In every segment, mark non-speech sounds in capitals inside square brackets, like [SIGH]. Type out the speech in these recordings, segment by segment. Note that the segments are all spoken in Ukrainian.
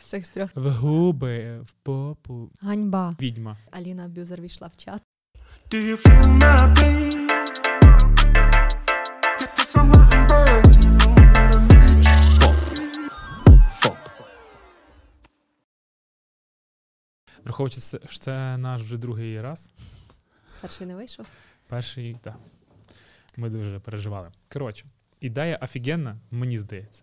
цих трьох. В губи, в попу. Ганьба. Відьма. Аліна Бюзер війшла в чат. Do you feel my pain? Get this all up and burn. No matter Враховуючи, це- що це наш вже другий раз. Перший не вийшов. Перший, так. Ми дуже переживали. Коротше, ідея офігенна, мені здається.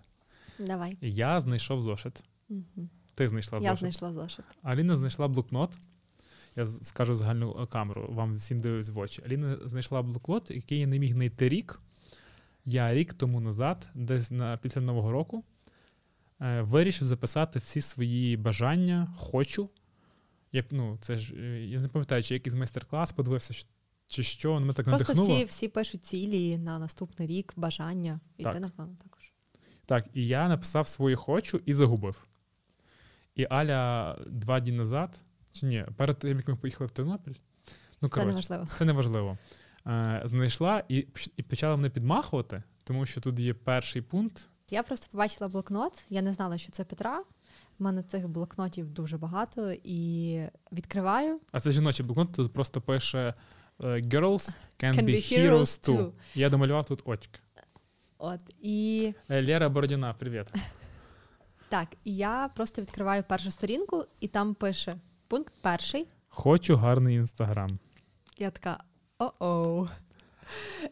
Давай. Я знайшов зошит. Мгм. Ти знайшла Я зошит. знайшла зошит. Аліна знайшла блокнот. Я з- скажу загальну е, камеру, вам всім дивлюсь в очі. Аліна знайшла блокнот, який я не міг знайти рік. Я рік тому назад, десь на, після Нового року, е, вирішив записати всі свої бажання, хочу. Я, б, ну, це ж, е, я не пам'ятаю, чи якийсь майстер-клас подивився, чи- чи що, воно мене так Просто надихнуло. всі, всі пишуть цілі на наступний рік, бажання. І Так. ти, напевно, також. Так, і я написав своє хочу і загубив. І Аля два дні назад, чи ні, перед тим, як ми поїхали в Тернопіль, ну Це коротше, неважливо. це неважливо. Е, знайшла і, пш- і почала мене підмахувати, тому що тут є перший пункт. Я просто побачила блокнот, я не знала, що це Петра. У мене цих блокнотів дуже багато і відкриваю. А це жіночий блокнот, тут просто пише е, Girls can, Can be be, heroes, heroes too. too. Я домалював тут очки. От і Е, Лера Бородіна, привіт. так, і я просто відкриваю першу сторінку, і там пише пункт перший. Хочу гарний інстаграм. Я така о-оу.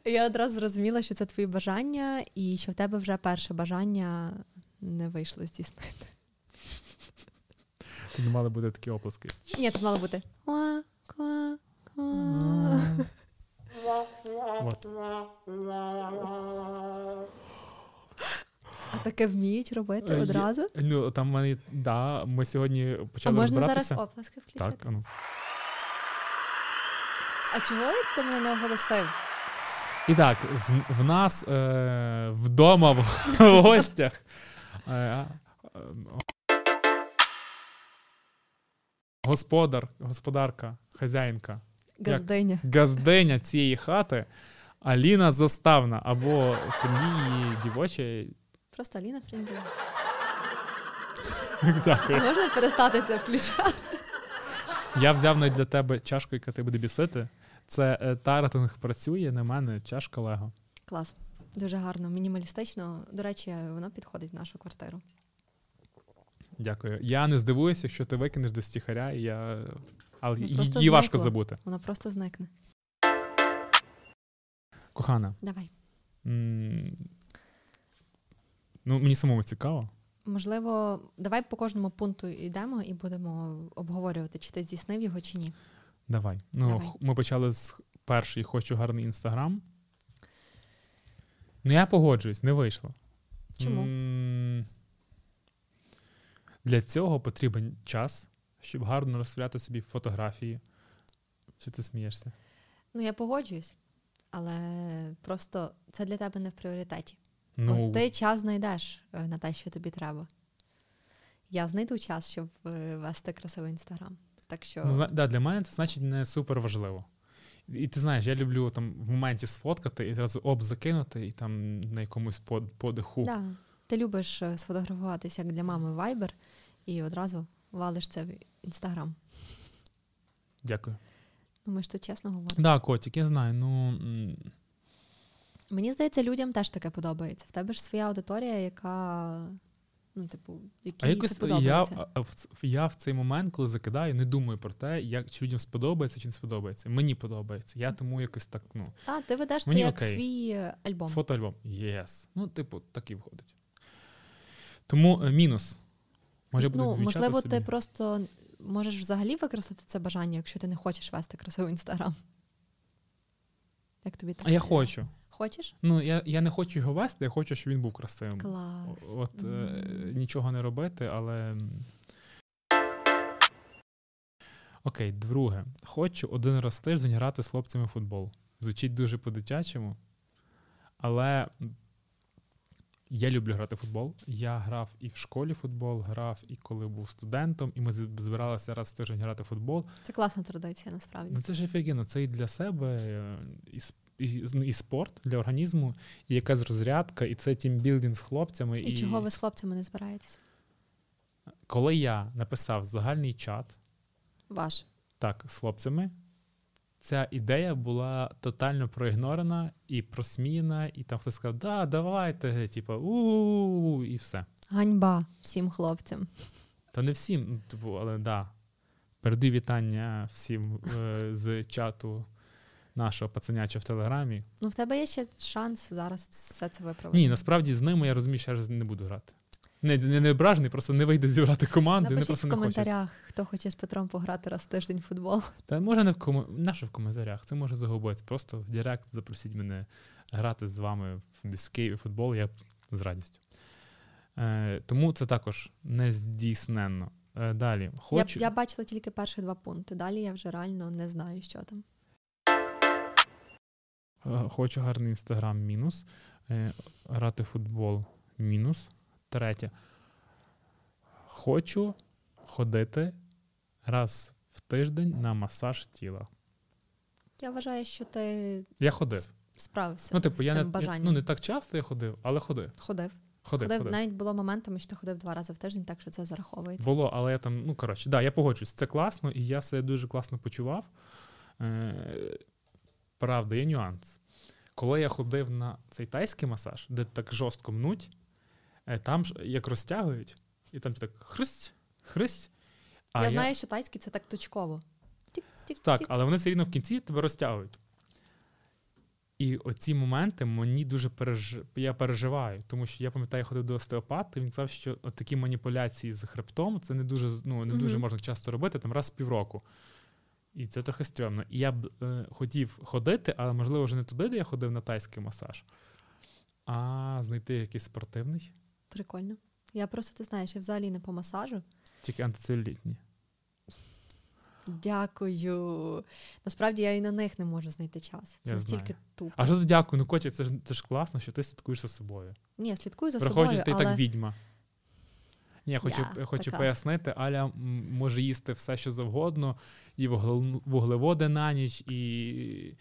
Я одразу зрозуміла, що це твої бажання, і що в тебе вже перше бажання не вийшло здійснити. Тут не мали бути такі оплески. Ні, тут мало бути. Ква, ква, ква. От. А таке вміють робити Е, є- одразу. Ну, там в мене, да, ми сьогодні А почали можна розбиратися. зараз оплески включити? так, а ну. А чого ти мене не оголосив? І так, з- в нас е, вдома в в [LAUGHS] гостях. е, а, е, Господар, господарка, хазяїнка, Газдиня. газденя цієї хати Аліна Заставна або фрії дівочі. Просто Аліна Фріндлі. [LAUGHS] Дякую. Можна перестати це включати? Я взяв не для тебе чашку, яка тебе буде бісити. Це е, таратинг працює на мене, чашка Лего. Клас. Дуже гарно, мінімалістично. До речі, воно підходить в нашу квартиру. Дякую. Я не здивуюся, якщо ти викинеш до стіхаря, і я... але Ну, її просто її важко зникло. забути. Воно просто зникне. Кохана, Давай. м, ну мені самому цікаво. Можливо, давай по кожному пункту йдемо і будемо обговорювати, чи ти здійснив його, чи ні. Давай. Ну, Давай. х- ми почали з першої хочу гарний інстаграм. Ну, я погоджуюсь, не вийшло. Чому? М, Для цього потрібен час, щоб гарно розстріляти собі фотографії. Чи ти смієшся? Ну, я погоджуюсь, але просто це для тебе не в пріоритеті. Ну, От ти час знайдеш е, на те, що тобі треба. Я знайду час, щоб е, вести красивий інстаграм. Так що Ну, зна- да, для мене це значить не супер важливо. І ти знаєш, я люблю там в моменті сфоткати і одразу об закинути, і там на якомусь под- подиху. да, ти любиш е, сфотографуватися як для мами Viber і одразу валиш це в інстаграм. Дякую. Ну, ми ж тут чесно говоримо. Да, котик, я знаю. Ну м, Мені здається, людям теж таке подобається. В тебе ж своя аудиторія, яка ну, типу, якій а це якось я, подобається. а, в ц- я в цей момент, коли закидаю, не думаю про те, як чи людям сподобається чи не сподобається. Мені подобається. Я тому якось так, ну, Та, ти ведеш це Мені як окей. свій е, альбом. фотоальбом. Єс. Ну, типу, такий входить. Тому е, мінус. Може, я буду ну, відмічати можливо, собі. ти просто можеш взагалі використати це бажання, якщо ти не хочеш вести красивий інстаграм. Як тобі так? А я хочу. Хочеш? Ну, я, я не хочу його вести, я хочу, щоб він був красивим. Клас. О- От е, М. нічого не робити, але. м. Окей, друге. Хочу один раз в тиждень грати з хлопцями в футбол. Звучить дуже по-дитячому. Але я люблю грати в футбол. Я грав і в школі в футбол, грав і коли був студентом, і ми з- збиралися раз в тиждень грати в футбол. Це класна традиція, насправді. Ну це ж офігенно, це і для себе, е, і, сп- і, ну, і спорт для організму, і якась розрядка, і це тімбілдинг з хлопцями. І чого ви з хлопцями не збираєтесь? коли я написав загальний чат Ваш. так з хлопцями, ця ідея була тотально проігнорена і просміяна, і там хтось сказав, да, давайте, типу, у і все. Ганьба всім хлопцям. Та не всім, ну, типу, але да. Передаю вітання всім е, з чату нашого пацаняча в Телеграмі. Ну, в тебе є ще шанс зараз все це виправити. Ні, насправді з ними я розумію, що я ж не буду грати. Не, не, не ображений, просто не вийде зібрати команди, вони Напишіть просто в не хочуть. коментарях, хто хоче з Петром пограти раз в тиждень в футбол. Та може не в кому... наше в коментарях, це може загубити. Просто в Директ запросіть мене грати з вами в- десь в Києві в футбол, я з радістю. Е, тому це також не здійсненно. Е, далі. Хочу... Я, я бачила тільки перші два пункти. Далі я вже реально не знаю, що там. Е, Хочу гарний інстаграм мінус. Е, Грати в футбол мінус. Третє. Хочу ходити раз в тиждень на масаж тіла. Я вважаю, що ти Я ходив. справився Ну, типу, з я цим не, я- бажанням. ну, не так часто я ходив, але ходив. Ходив. Ходив, ходив. ходив. Навіть було моментами, що ти ходив два рази в тиждень, так що це зараховується. Було, але я там, ну коротше, да, я погоджуюсь, це класно, і я себе дуже класно почував. Е, правда, є нюанс. Коли я ходив на цей тайський масаж, де так жорстко мнуть, е, там ж як розтягують, і там так хрсть, хрсть. я, знаю, що тайський це так точково. Тік, тік, Так, тік. але вони все рівно в кінці тебе розтягують. І оці моменти мені дуже переж... я переживаю, тому що я пам'ятаю, я ходив до остеопата, він казав, що от такі маніпуляції з хребтом це не дуже, з- ну, не дуже Мгм. можна часто робити, там раз в півроку. І це трохи стрьомно. І я б е, хотів ходити, але можливо вже не туди, де я ходив на тайський масаж, а знайти якийсь спортивний, Прикольно. Я просто ти знаєш, я взагалі не по масажу. тільки антицелюлітні. Дякую. Насправді я і на них не можу знайти час. Це Я настільки знаю. тупо. А що тут дякую? Ну, котик, це ж це ж класно, що ти слідкуєш за собою. Ні, я слідкую за Враховуючи, собою, що ти і але так відьма. Ні, я хочу, Я я хочу така. пояснити, Аля м, може їсти все, що завгодно, і вуглел- вуглеводи на ніч, і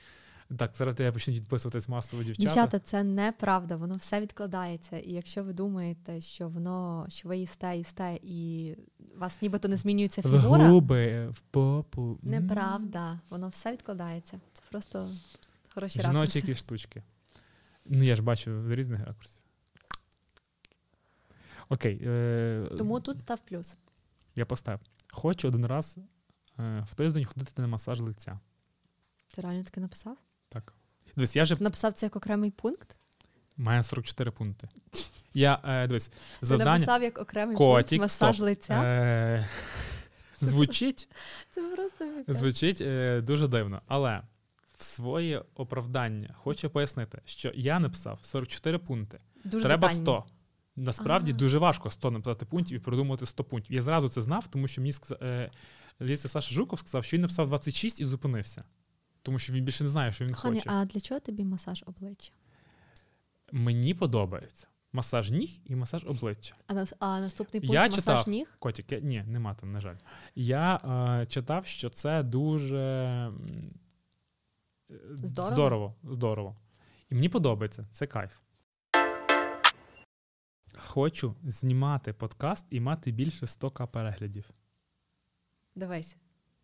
так, зараз я почну відписуватись масово дівчата. дівчата, це неправда, воно все відкладається. І якщо ви думаєте, що воно, що ви їсте, їсте, і у вас нібито не змінюється в фігура, губи, в попу. М. неправда, воно все відкладається. Це просто хороші Жіночі ракурси. якісь штучки. Ну, я ж бачу з різних ракурсів. Окей. Е, Тому тут став плюс. Я поставив. Хочу один раз е, в тиждень ходити на масаж лиця. Ти реально таки написав? Так. Дивись, я же Ти написав це як окремий пункт? Має 44 пункти. Я е, дивись, Ти завдання написав як окремий Котік, пункт масаж стоп. лиця. е, [LAUGHS] [LAUGHS] звучить, Це просто мікро. звучить е, дуже дивно. Але в своє оправдання хочу пояснити, що я написав 44 пункти. дуже Треба детально. 100. Насправді А. дуже важко 100 написати пунктів і придумати 100 пунктів. Я зразу це знав, тому що мені сказ- е, здається, Саша Жуков сказав, що він написав 26 і зупинився. Тому що він більше не знає, що він Коханий, хоче. а для чого тобі масаж обличчя? Мені подобається масаж ніг і масаж обличчя. А, нас, а наступний Я пункт масаж читав. ніг? Котик, я, ні, нема там, на жаль. Я е, читав, що це дуже м, е, Здорово? здорово. Здорово. І мені подобається, це кайф. Хочу знімати подкаст і мати більше 100к переглядів. Дивись.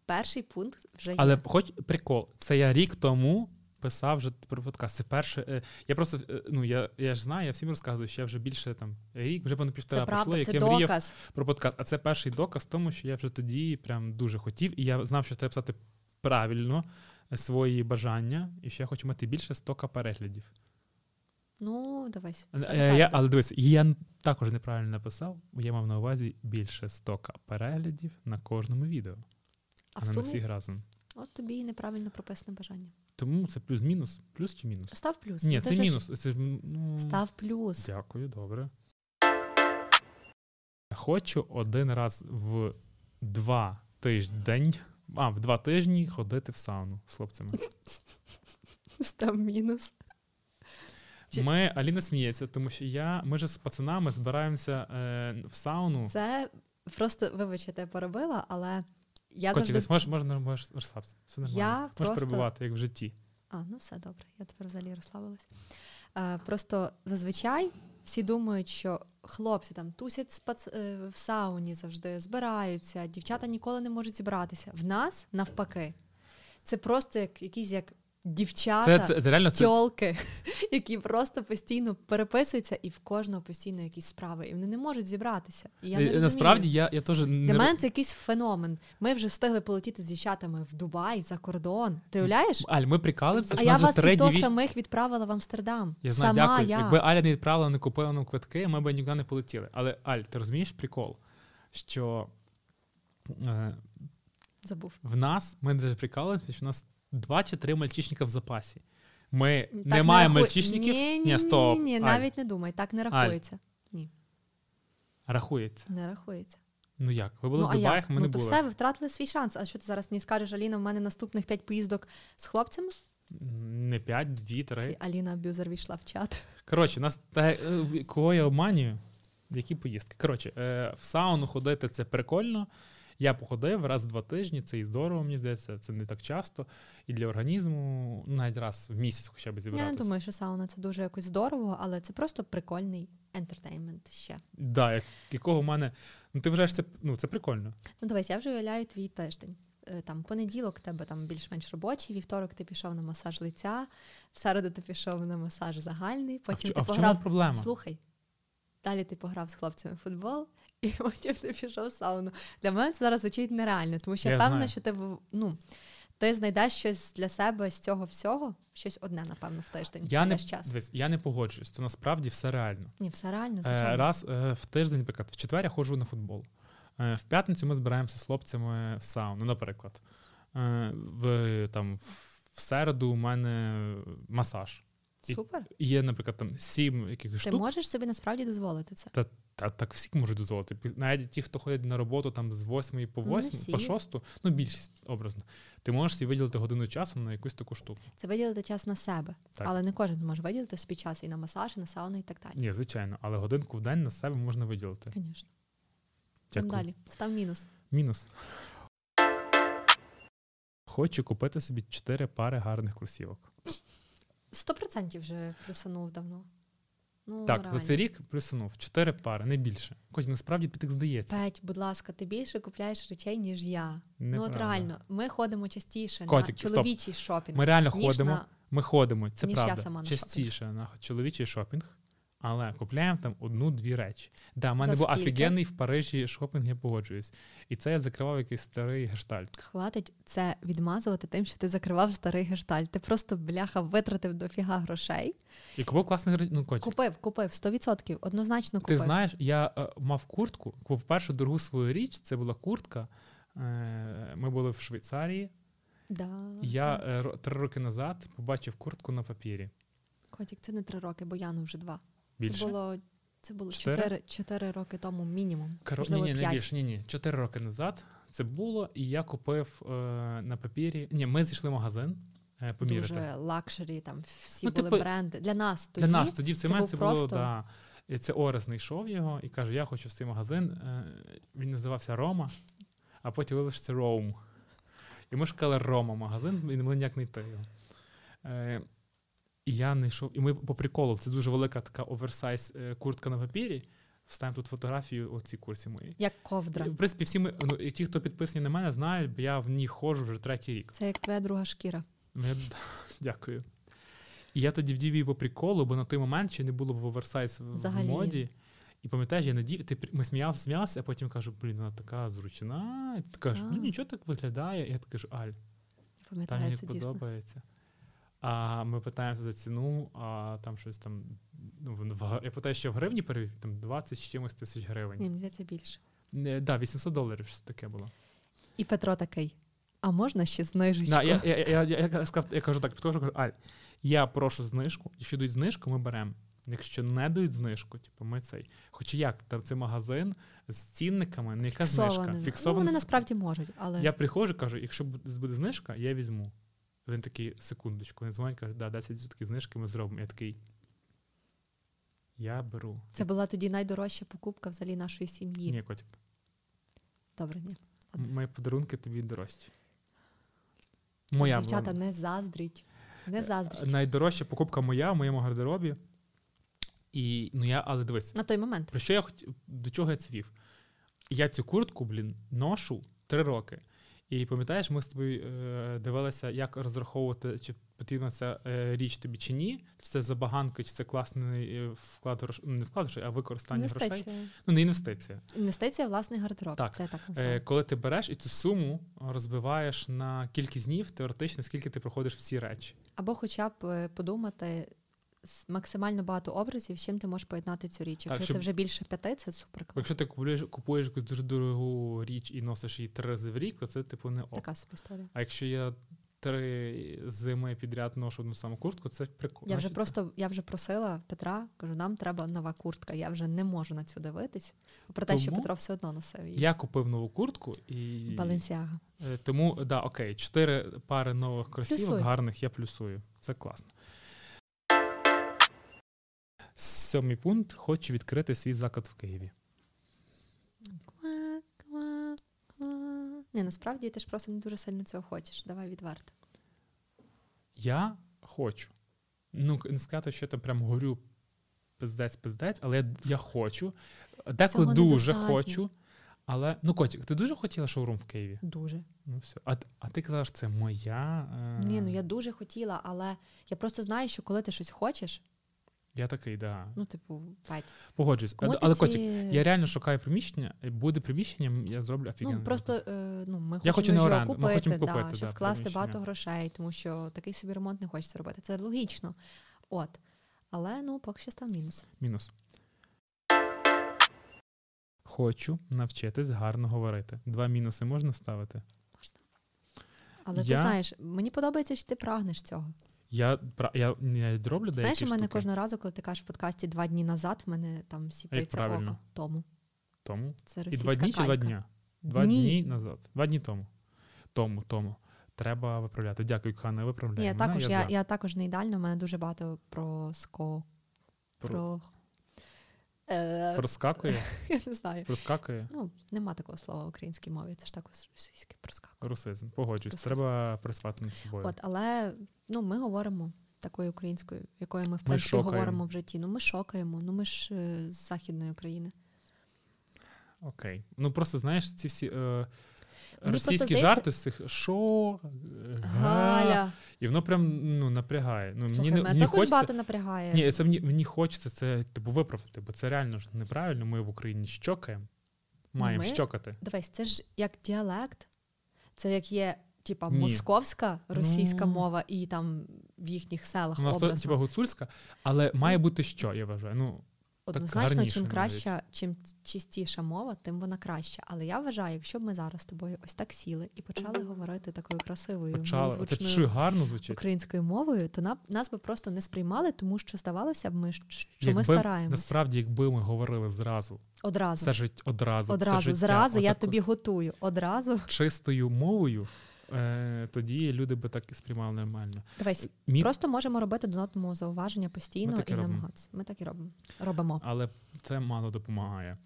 Перший пункт вже є. Але хоч прикол, це я рік тому писав вже про подкаст. Це перше. е, я просто е, ну я, я ж знаю, я всім розказую, що я вже більше там рік, вже певно це півтора пройшло, правда, як це я мріяв доказ. про подкаст. А це перший доказ тому, що я вже тоді прям дуже хотів, і я знав, що треба писати правильно е, свої бажання, і що я хочу мати більше 100 переглядів. Ну, дивись. Е, все е, Я, правда. але дивись, я н- також неправильно написав, бо я мав на увазі більше 100 переглядів на кожному відео, а а в не на сумі, всіх разом. от тобі і неправильно прописане бажання. Тому це плюс-мінус. Плюс чи мінус? Став плюс. Ти Ні, це же ж мінус. Це ж, ну... Став плюс. Дякую, добре. Хочу один раз в два тиждень. А, в два тижні ходити в сауну з хлопцями. [LAUGHS] Став мінус. Чи- Ми Аліна сміється, тому що я, ми же з пацанами збираємося е, в сауну. Це просто, вибач, я тебе поробила, але я Котик, завжди... десь можеш, можеш, можеш розслабся. Все нормально. Я можеш просто- перебувати, як в житті. А, ну все добре, я тепер взагалі розслабилась. Е, просто зазвичай в всі думають, що хлопці там тусять з пац- е, в сауні завжди, збираються, дівчата ніколи не можуть зібратися. В нас навпаки. Це просто як якісь як Це, дівчата. це, це реально це, Тьолки, [LAUGHS] які просто постійно переписуються, і в кожного постійно якісь справи, і вони не можуть зібратися. І я не Е, розумію. насправді я, я теж Для не мене це якийсь феномен. Ми вже встигли полетіти з дівчатами в Дубай за кордон. Ти уявляєш? Аль, ми прикалимося, А що я нас вже вас і третій то вік. самих відправила в Амстердам. Я знаю, Сама дякую. я. Якби Аля не відправила, не купила нам квитки, ми б нікуди не полетіли. Але Аль, ти розумієш прикол, що е, Забув. в нас ми дуже прикалуємося, що в нас два чи три мальчишника в запасі. Ми Так не маємо раху- мальчишників. Ні, ні, Ні, стоп. Ні, ні, Аль, навіть не думай, так не рахується. рахується. Не рахується. Ну як? Ви були ну, в а Дубаях, як? ми ну, не то були. все, ви втратили свій шанс. А що ти зараз мені скажеш, Аліна, в мене наступних п'ять поїздок з хлопцями? Не п'ять, дві, І три. Аліна Аб'юзер війшла в чат. Коротше, нас та е, кого я обманюю? Які поїздки? Коротше, е, в сауну ходити це прикольно. Я походив раз в два тижні, це і здорово, мені здається, це не так часто. І для організму ну, навіть раз в місяць хоча б Я зібратися. не думаю, що сауна це дуже якось здорово, але це просто прикольний ентертеймент ще. Да, як, якого в мене. Ну ти вважаєш це, ну це прикольно. Ну дивись, я вже уявляю твій тиждень. Е, Там понеділок в тебе там більш-менш робочий, вівторок ти пішов на масаж лиця, в середу ти пішов на масаж загальний, А в, потім чо- ти а в пограв. чому проблема? Слухай, далі ти пограв з хлопцями в футбол, [LAUGHS] і потім ти пішов в сауну. Для мене це зараз звучить нереально, тому що я Я впевнена, знаю. що ти в- ну. Ти знайдеш щось для себе з цього всього, щось одне, напевно, в тиждень. Я не, знайдеш час. дивись, я не погоджуюсь, то насправді все реально. Ні, все реально, звичайно. Е, раз е, в тиждень, наприклад, в четвер я ходжу на футбол. Е, в п'ятницю ми збираємося з хлопцями в сауну, наприклад. Е, в, там, в- в середу у мене масаж. і- Супер. Є, наприклад, там сім якихось Ти штук. можеш собі насправді дозволити це. Та так всі можуть дозволити. Пі- Навіть ті, хто ходять на роботу там з 8 по Ну, не 8, по всі. 6, ну більшість образно. Ти можеш собі виділити годину часу на якусь таку штуку. Це виділити час на себе. Так. Але не кожен зможе виділити собі час і на масаж, і на сауну, і так далі. Ні, звичайно, але годинку в день на себе можна виділити. Звісно. Там Дякую. Ну, далі. Став мінус. Мінус. Хочу купити собі 4 пари гарних кросівок. Сто процентів вже плюсанув давно. Ну, так, реально. за цей рік плюсунув 4 пари, не більше. Хоч насправді тобі так здається. Петь, будь ласка, ти більше купляєш речей, ніж я. ну от Неправда. реально, ми ходимо частіше Котик, на стоп. чоловічий шопінг. Ми реально ніж ходимо, на- ми ходимо, це ніж я правда. сама на частіше на чоловічий шопінг, але купляємо там одну-дві речі. Да, в мене За був скільки? офігенний в Парижі шопінг, я погоджуюсь. І це я закривав якийсь старий гештальт. Хватить це відмазувати тим, що ти закривав старий гештальт. Ти просто бляха витратив дофіга грошей. І купив класний гри- ну, котик. Купив, купив 100%, однозначно Ти купив. знаєш, я е, мав куртку, купив першу дорогу свою річ, це була куртка. Е, Ми були в Швейцарії. Да, Я так. е, ро- три роки назад побачив куртку на папірі. Котик, це не три роки, бо Яну вже два. Більше. Це було це було Чотири? 4, 4 роки тому мінімум. Кор... Ні, можливо, ні, не 5. більше, ні, ні. Чотири роки назад це було, і я купив е, на папірі. Ні, ми зайшли в магазин е, поміряти. Дуже лакшері, там всі Ну, були типу, бренди. Для нас тоді. Для нас тоді в цей це момент був це було просто- да. І це Орес знайшов його і каже: Я хочу в цей магазин. Е, Він називався Рома, а потім виявилося, що це Роум. І ми шукали Рома магазин, і не могли ніяк знайти його. Е, І я не йшов. І ми по приколу, це дуже велика така оверсайз е, куртка на папірі. Вставимо тут фотографію оці курсі мої. Як ковдра. В принципі, всі ми, ну, і ті, хто підписані на мене, знають, бо я в ній ходжу вже третій рік. Це як твоя друга шкіра. Ну, я- [LAUGHS] Дякую. І я тоді вдів її по приколу, бо на той момент ще не було в оверсайз в- в Взагалі. моді. І пам'ятаєш, я надів, ти при- ми сміялися, сміялися, а потім кажу, блін, вона така зручна. І ти кажеш, ну А. нічого так виглядає. І я так кажу, Аль, та мені Пам'ятається Е, дійсно. подобається. А ми питаємося за ціну, а там щось там. Ну, в- в гр- я питаю, що в гривні перевів, там 20 з чимось тисяч Ні, гривень. мені здається більше. Так, да, 800 доларів щось таке було. І Петро такий. А можна ще знижечку? Да, я, я, я, я, я, сказав, я кажу так, підходжу, кажу, Аль, я прошу знижку, якщо дають знижку, ми беремо. Якщо не дають знижку, типу ми цей. Хоч і як, там це магазин з цінниками, не яка знижка. Фіксованою. Ну, Фіксована. вони насправді можуть, але Я приходжу, кажу, якщо буде буде знижка, я візьму. Він такий, секундочку, він дзвонить, каже, да, 10% знижки ми зробимо. Я такий. Я беру. це була тоді найдорожча покупка взагалі нашої сім'ї. Ні, котик, Добре, ні. м- мої подарунки тобі дорожчі. Моя була. Дівчата, Е, не заздріть. Не заздріть. Найдорожча покупка моя в моєму гардеробі. І І ну я, але дивись, На той момент. про що я хотів, до чого я це вів? Я цю куртку, блін, ношу три роки. І пам'ятаєш, ми з тобою е, дивилися, як розраховувати, чи потрібна ця е, річ тобі чи ні, чи це забаганка, чи це класний е, вклад грош... ну, не вклад грошей, а використання грошей. Інвестиція. Ну, не інвестиція. Інвестиція в власний гардероб. Так. Це я так Е, називаю. коли ти береш і цю суму розбиваєш на кількість днів, теоретично, скільки ти проходиш всі речі. Або хоча б е, подумати з максимально багато образів, з чим ти можеш поєднати цю річ. Так, Якщо це щоб- вже більше п'яти, це супер Бо Якщо ти купуєш, купуєш якусь дуже дорогу річ і носиш її три рази в рік, то це типу не ок. Така собі історія. А якщо я три зими підряд ношу одну саму куртку, це прикольно. Я вже Значить, просто я вже просила Петра, кажу, нам треба нова куртка. Я вже не можу на цю дивитись. Про те, що Тому Петро все одно носив це- її. Я купив нову куртку і Баленсіага. Е, тому да, окей, чотири пари нових кросівок Плюсую. гарних я плюсую. Це класно. Сьомий пункт хочу відкрити свій заклад в Києві. Ква, ква, ква. Ні, насправді ти ж просто не дуже сильно цього хочеш. Давай відверто. Я хочу. Ну, не сказати, що я там прям горю пиздець, пиздець, але я, я хочу. Деколи Цього дуже недостатньо. хочу. Але ну, котик, ти дуже хотіла шоурум в Києві? Дуже. Ну все. А, т- а ти казала, що це моя. е, Ні, ну я дуже хотіла, але я просто знаю, що коли ти щось хочеш, я такий, да. ну, типу, п'ять. Погоджуюсь. Кому ти але ці- котик, я реально шукаю приміщення, і буде приміщення, я зроблю офігенно. Ну, просто е, ну, ми хочемо Я хочу не його оренду, ми купити, хочемо да, купити, щоб да, вкласти приміщення. багато грошей, тому що такий собі ремонт не хочеться робити. Це логічно. От. Але ну, поки що став мінус. Мінус. Хочу навчитись гарно говорити. Два мінуси можна ставити? Але ти Я- знаєш, мені подобається, що ти прагнеш цього. Я, пра- я, я роблю деякі знаєш, у мене штуки. кожного разу, коли ти кажеш в подкасті два дні назад, в мене там сіпається правильно? око. Тому Тому. це І російська два дні чи два калька. дня? Два Дні. дні назад. Два дні тому. Тому, тому. Треба виправляти. Дякую, Хана, виправляй. Ні, я мене, також я я, за. я також не ідеально, в мене дуже багато проскок. Про- [LAUGHS] Про... Е, Проскакує, [LAUGHS] Я не знаю. проскакує. Ну, нема такого слова в українській мові, це ж також російське проскак. Русизм, погоджуюсь. Русизм. Треба працювати над собою. От, але ну, ми говоримо такою українською, якою ми в Ми принципі шокаємо. говоримо в житті. Ну ми шокаємо, ну ми ж е, з західної України. Окей. Ну просто знаєш, ці всі е, Мені російські просто здається- жарти з цих шо, е, га, Галя, і воно прям ну, напрягає. Ну, слухай, мені, не- мене мені також хочеться, багато напрягає. ні, це мені, мені хочеться це типу виправити, бо це реально ж неправильно. Ми в Україні щокаємо, маємо ми- щокати. Дивись, це ж як діалект, це як є. Типа Ні. московська російська Ну. мова і там в їхніх селах У нас то образно. типу гуцульська, але має бути що, я вважаю. Ну так Однозначно, гарніше чим навіть. краща, чим чистіша мова, тим вона краща. Але я вважаю, якщо б ми зараз з тобою ось так сіли і почали говорити такою красивою почали. Це милозвучною чи гарно звучить. українською мовою, то нам- нас би просто не сприймали, тому що здавалося б, ми ж- що ми Якби- стараємось Насправді, якби ми говорили зразу, одразу. все жить одразу, все Одразу, життя, зразу я отако- тобі готую. Одразу. чистою мовою, е, тоді люди би так і сприймали нормально. Дивись, Мій, просто можемо робити до одному зауваження постійно Ми так і і робимо. намагатися. Ми так і робимо. Робимо. але це мало допомагає.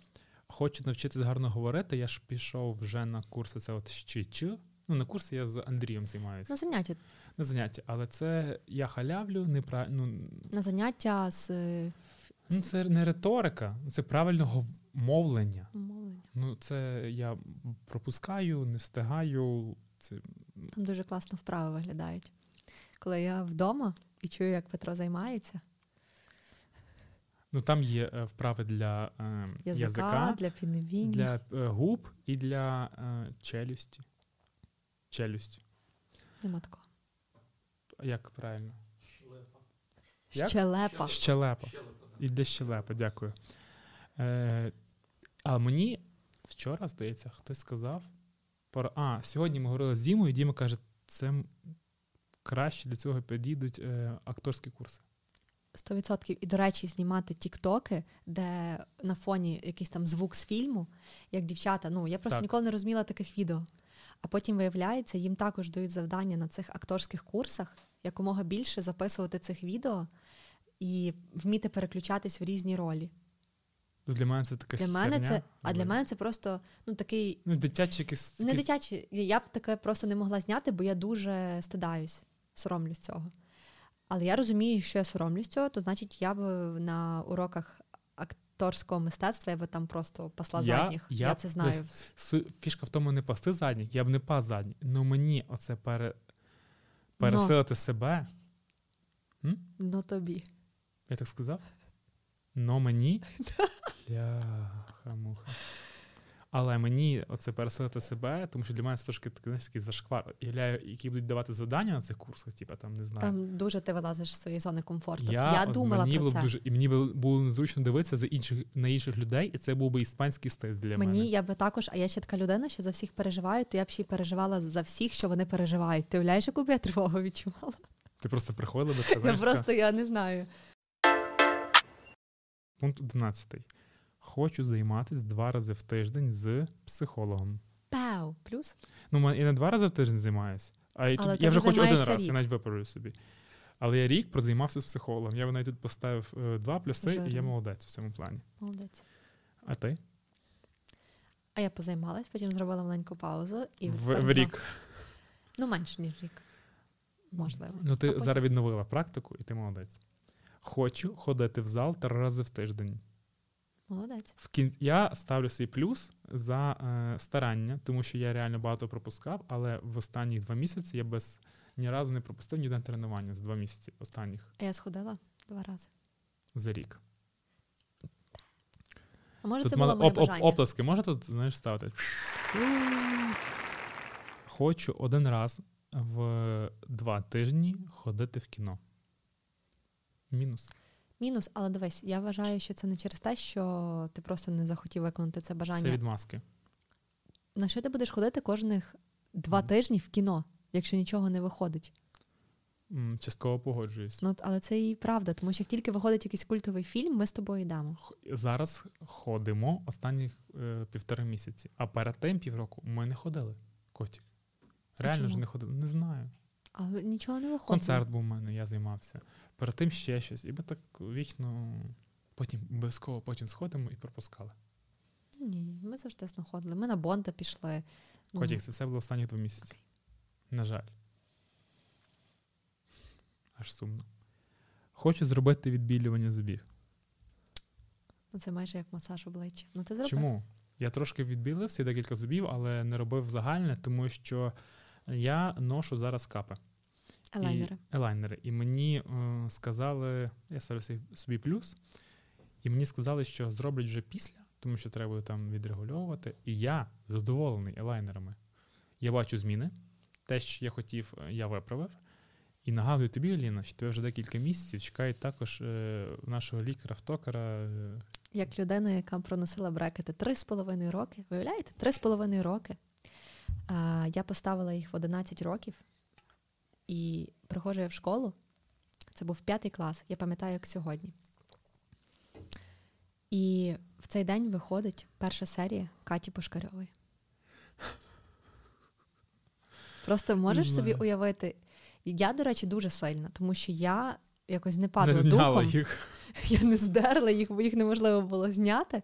Хочу навчитися гарно говорити. Я ж пішов вже на курси. Це от щич. Ну, на курси я з Андрієм На займаюся. заняття, На заняття, але це я халявлю, не ну, на заняття з е, ну це не риторика, це правильно гов- мовлення. мовлення. Ну це я пропускаю, не встигаю. Це Там дуже класно вправи виглядають. Коли я вдома і чую, як Петро займається ну там є е, вправи для е, язика, для піднебіння. для е, губ і для е, челюсті. Челюсть. Нема такого. Як правильно? Як? Щелепа. Щелепа. І для щелепа, дякую. Е, а мені вчора, здається, хтось сказав. Пора... А, сьогодні ми говорили з Дімою, і Діма каже, це м- краще для цього підійдуть е, акторські курси. 100%. І, до речі, знімати тіктоки, де на фоні якийсь там звук з фільму, як дівчата. Ну, я просто Так. ніколи не розуміла таких відео. А потім виявляється, їм також дають завдання на цих акторських курсах якомога більше записувати цих відео і вміти переключатись в різні ролі. Ну, Для мене це таке. Для мене херня, це, а для але- мене це просто ну такий Ну, дитячі якісь. Не якісь- дитячі. Я б таке просто не могла зняти, бо я дуже стидаюсь, соромлюсь цього. Але я розумію, що я соромлюсь цього, то значить я б на уроках акторського мистецтва я б там просто пасла Я- задніх. Я, я це знаю. Су- Фішка в тому не пасти задніх, я б не пас задніх. Ну мені оце пере... пересилити себе. Ну тобі. Я так сказав? [LAUGHS] Но мені. Ляха-муха. Але мені оце пересилити себе, тому що для мене це трошки такий, знаєш, такий зашквар. Уявляю, які будуть давати завдання на цих курсах, типу, там не знаю. Там дуже ти вилазиш з своєї зони комфорту. Я, Я, от думала мені про було б це. дуже і мені би було незручно дивитися за інших на інших людей, і це був би іспанський стиль для Мені мене. я би також, а я ще така людина, що за всіх переживаю, то я б ще й переживала за всіх, що вони переживають. Ти уявляєш, яку б я тривогу відчувала? Ти просто приходила би [LAUGHS] та, Ну знаєш, така, просто я не знаю. пункт 11. Хочу займатися два рази в тиждень з психологом. Пау, плюс Ну, ма- я не два рази в тиждень займаюся, а я, Але тут- ти я вже вже хочу один займаєшся раз, я рік. навіть виправлю собі. Але я рік прозаймався з психологом. Я б навіть тут поставив е, два плюси, і я Жирно. молодець в цьому плані. молодець. А ти? А я позаймалась, потім зробила маленьку паузу і В, відповіла. в рік. Ну менше ніж рік. Можливо. Ну, ти А потім- зараз відновила практику, і ти молодець. Хочу ходити в зал три рази в тиждень. Молодець. в кін... я ставлю свій плюс за е, старання, тому що я реально багато пропускав, але в останні два місяці я без ні разу не пропустив ні одне тренування за два місяці останніх А я сходила два рази. за рік. А може, це мали- було моє оп- оп- бажання? оплески можна тут знаєш ставити? Хочу один раз в два тижні ходити в кіно. Мінус. Мінус, але дивись, я вважаю, що це не через те, що ти просто не захотів виконати це бажання. Це від маски. На що ти будеш ходити кожних два тижні в кіно, якщо нічого не виходить? М, Частково погоджуюсь. Ну от, але це і правда, тому що як тільки виходить якийсь культовий фільм, ми з тобою йдемо. Х- Зараз ходимо останні е, півтори місяці, а перед тим півроку ми не ходили. Котік. Реально ж чому? не ходили. Не знаю. Але нічого не виходить. Концерт був у мене, я займався. Перед тим ще щось. І ми так вічно потім обов'язково потім сходимо і пропускали. Ні, ми завжди знаходили. Ми на Бонда пішли. Ну, Котік, це все було останні два місяці. На жаль. Аж сумно. Хочу зробити відбілювання зубів. ну, це майже як масаж обличчя. Ну ти зробив. Чому? Я трошки відбілився декілька зубів, але не робив загальне, тому що я ношу зараз капи. Елайнери. І, елайнери. І мені е, сказали, я ставлю собі- собі плюс, і мені сказали, що зроблять вже після, тому що треба буде там відрегульовувати. І я задоволений елайнерами. Я бачу зміни. Те, що я хотів, е, я виправив. І нагадую тобі, Аліна, що тебе вже декілька місяців чекають також е, нашого лікаря-втокара. е, Як людина, яка проносила брекети три з половиною роки, виявляєте, три з половиною роки. А, я поставила їх в 11 років і приходжу я в школу. Це був п'ятий клас, я пам'ятаю, як сьогодні. І в цей день виходить перша серія Каті Пушкарьової. Просто можеш собі знаю. уявити. Я, до речі, дуже сильна, тому що я якось не не падала зняла духом. їх. Я не здерла їх, бо їх неможливо було зняти.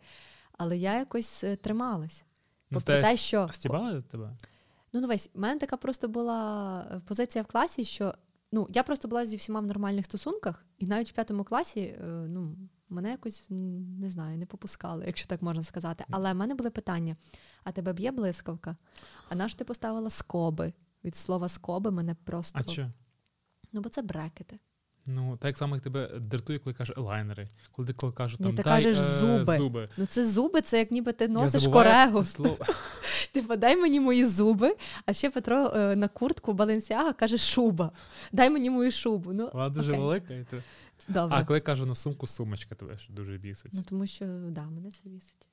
Але я якось е, трималась. Ну, Попри те, що стібали тебе? ну весь, в мене така просто була е, позиція в класі, що ну я просто була зі всіма в нормальних стосунках, і навіть в п'ятому класі е, ну, мене якось м, не знаю, не попускали, якщо так можна сказати. Але в мене були питання: а тебе б'є блискавка? А на що ти поставила скоби? Від слова скоби мене просто А що? ну бо це брекети. Ну, так само, як тебе дратує, коли кажеш елайнери, коли ти коли кажеш Ні, там ти «Дай, кажеш е, зуби». зуби. Ну це зуби, це як ніби ти Я носиш забуваю корегу. [LAUGHS] це слово. Ти подай Типу, мені мої зуби, а ще Петро е, на куртку Баленсіага каже шуба. Дай мені мою шубу. Ну, Вона дуже окей, велика. І ти... Добре. А коли кажу на сумку сумочка, тебе ж дуже бісить. Ну тому що да, мене це вісить.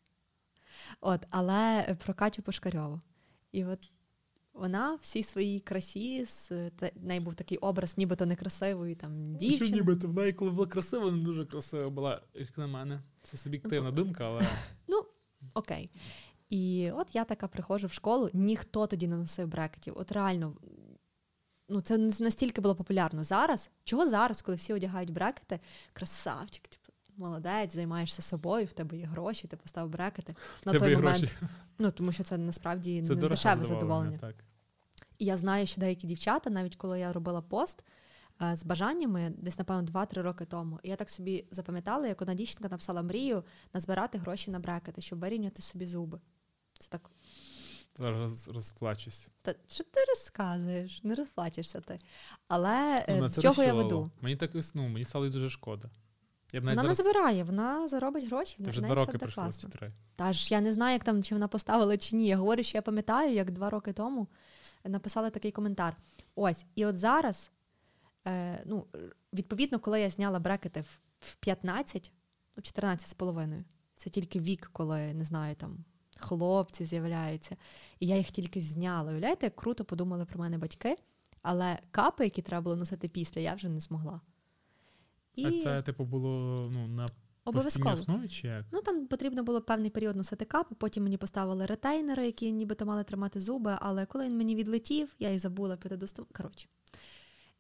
От, але е, про Катю Пошкарьову. І от вона всій своїй красі, з е, та- в неї був такий образ, нібито некрасивої там Що дівчини. нібито, вона і коли була красива, вона дуже красива була, як на мене. Це суб'єктивна думка, але Ну, окей. І от я така приходжу в школу, ніхто тоді не носив брекетів. От реально, ну це не настільки було популярно зараз. Чого зараз, коли всі одягають брекети, красавчик, типу, молодець, займаєшся собою, в тебе є гроші, ти поставив брекети. На тебе той і момент, гроші. ну тому що це насправді Це не дороге дешеве задоволення. задоволення. Так. І я знаю, що деякі дівчата, навіть коли я робила пост, е, з бажаннями десь, напевно, 2-3 роки тому. І я так собі запам'ятала, як одна дівчинка написала мрію назбирати гроші на брекети, щоб вирівняти собі зуби. Це так. Зараз роз- розплачусь. Та що ти розказуєш? Не розплачешся ти. Але е, Вона до Ну, це чого я розчулила. веду? Мені так і ну, мені стало їй дуже шкода. Я навіть Вона зараз... не забирає, вона заробить гроші, Та вона вже в неї два все роки буде пройшло класно. чи три. Та ж я не знаю, як там чи вона поставила чи ні. Я говорю, що я пам'ятаю, як два роки тому написала такий коментар. Ось, і от зараз, е, ну, р- відповідно, коли я зняла брекети в, в 15, ну, 14 з половиною, це тільки вік, коли не знаю, там хлопці з'являються. І я їх тільки зняла. Уявляєте, як круто подумали про мене батьки, але капи, які треба було носити після, я вже не змогла. І А це, типу, було ну, на постійній обов'язково. основі чи як? Ну там потрібно було певний період носити капу, потім мені поставили ретейнери, які нібито мали тримати зуби, але коли він мені відлетів, я і забула піти до стом... Коротше.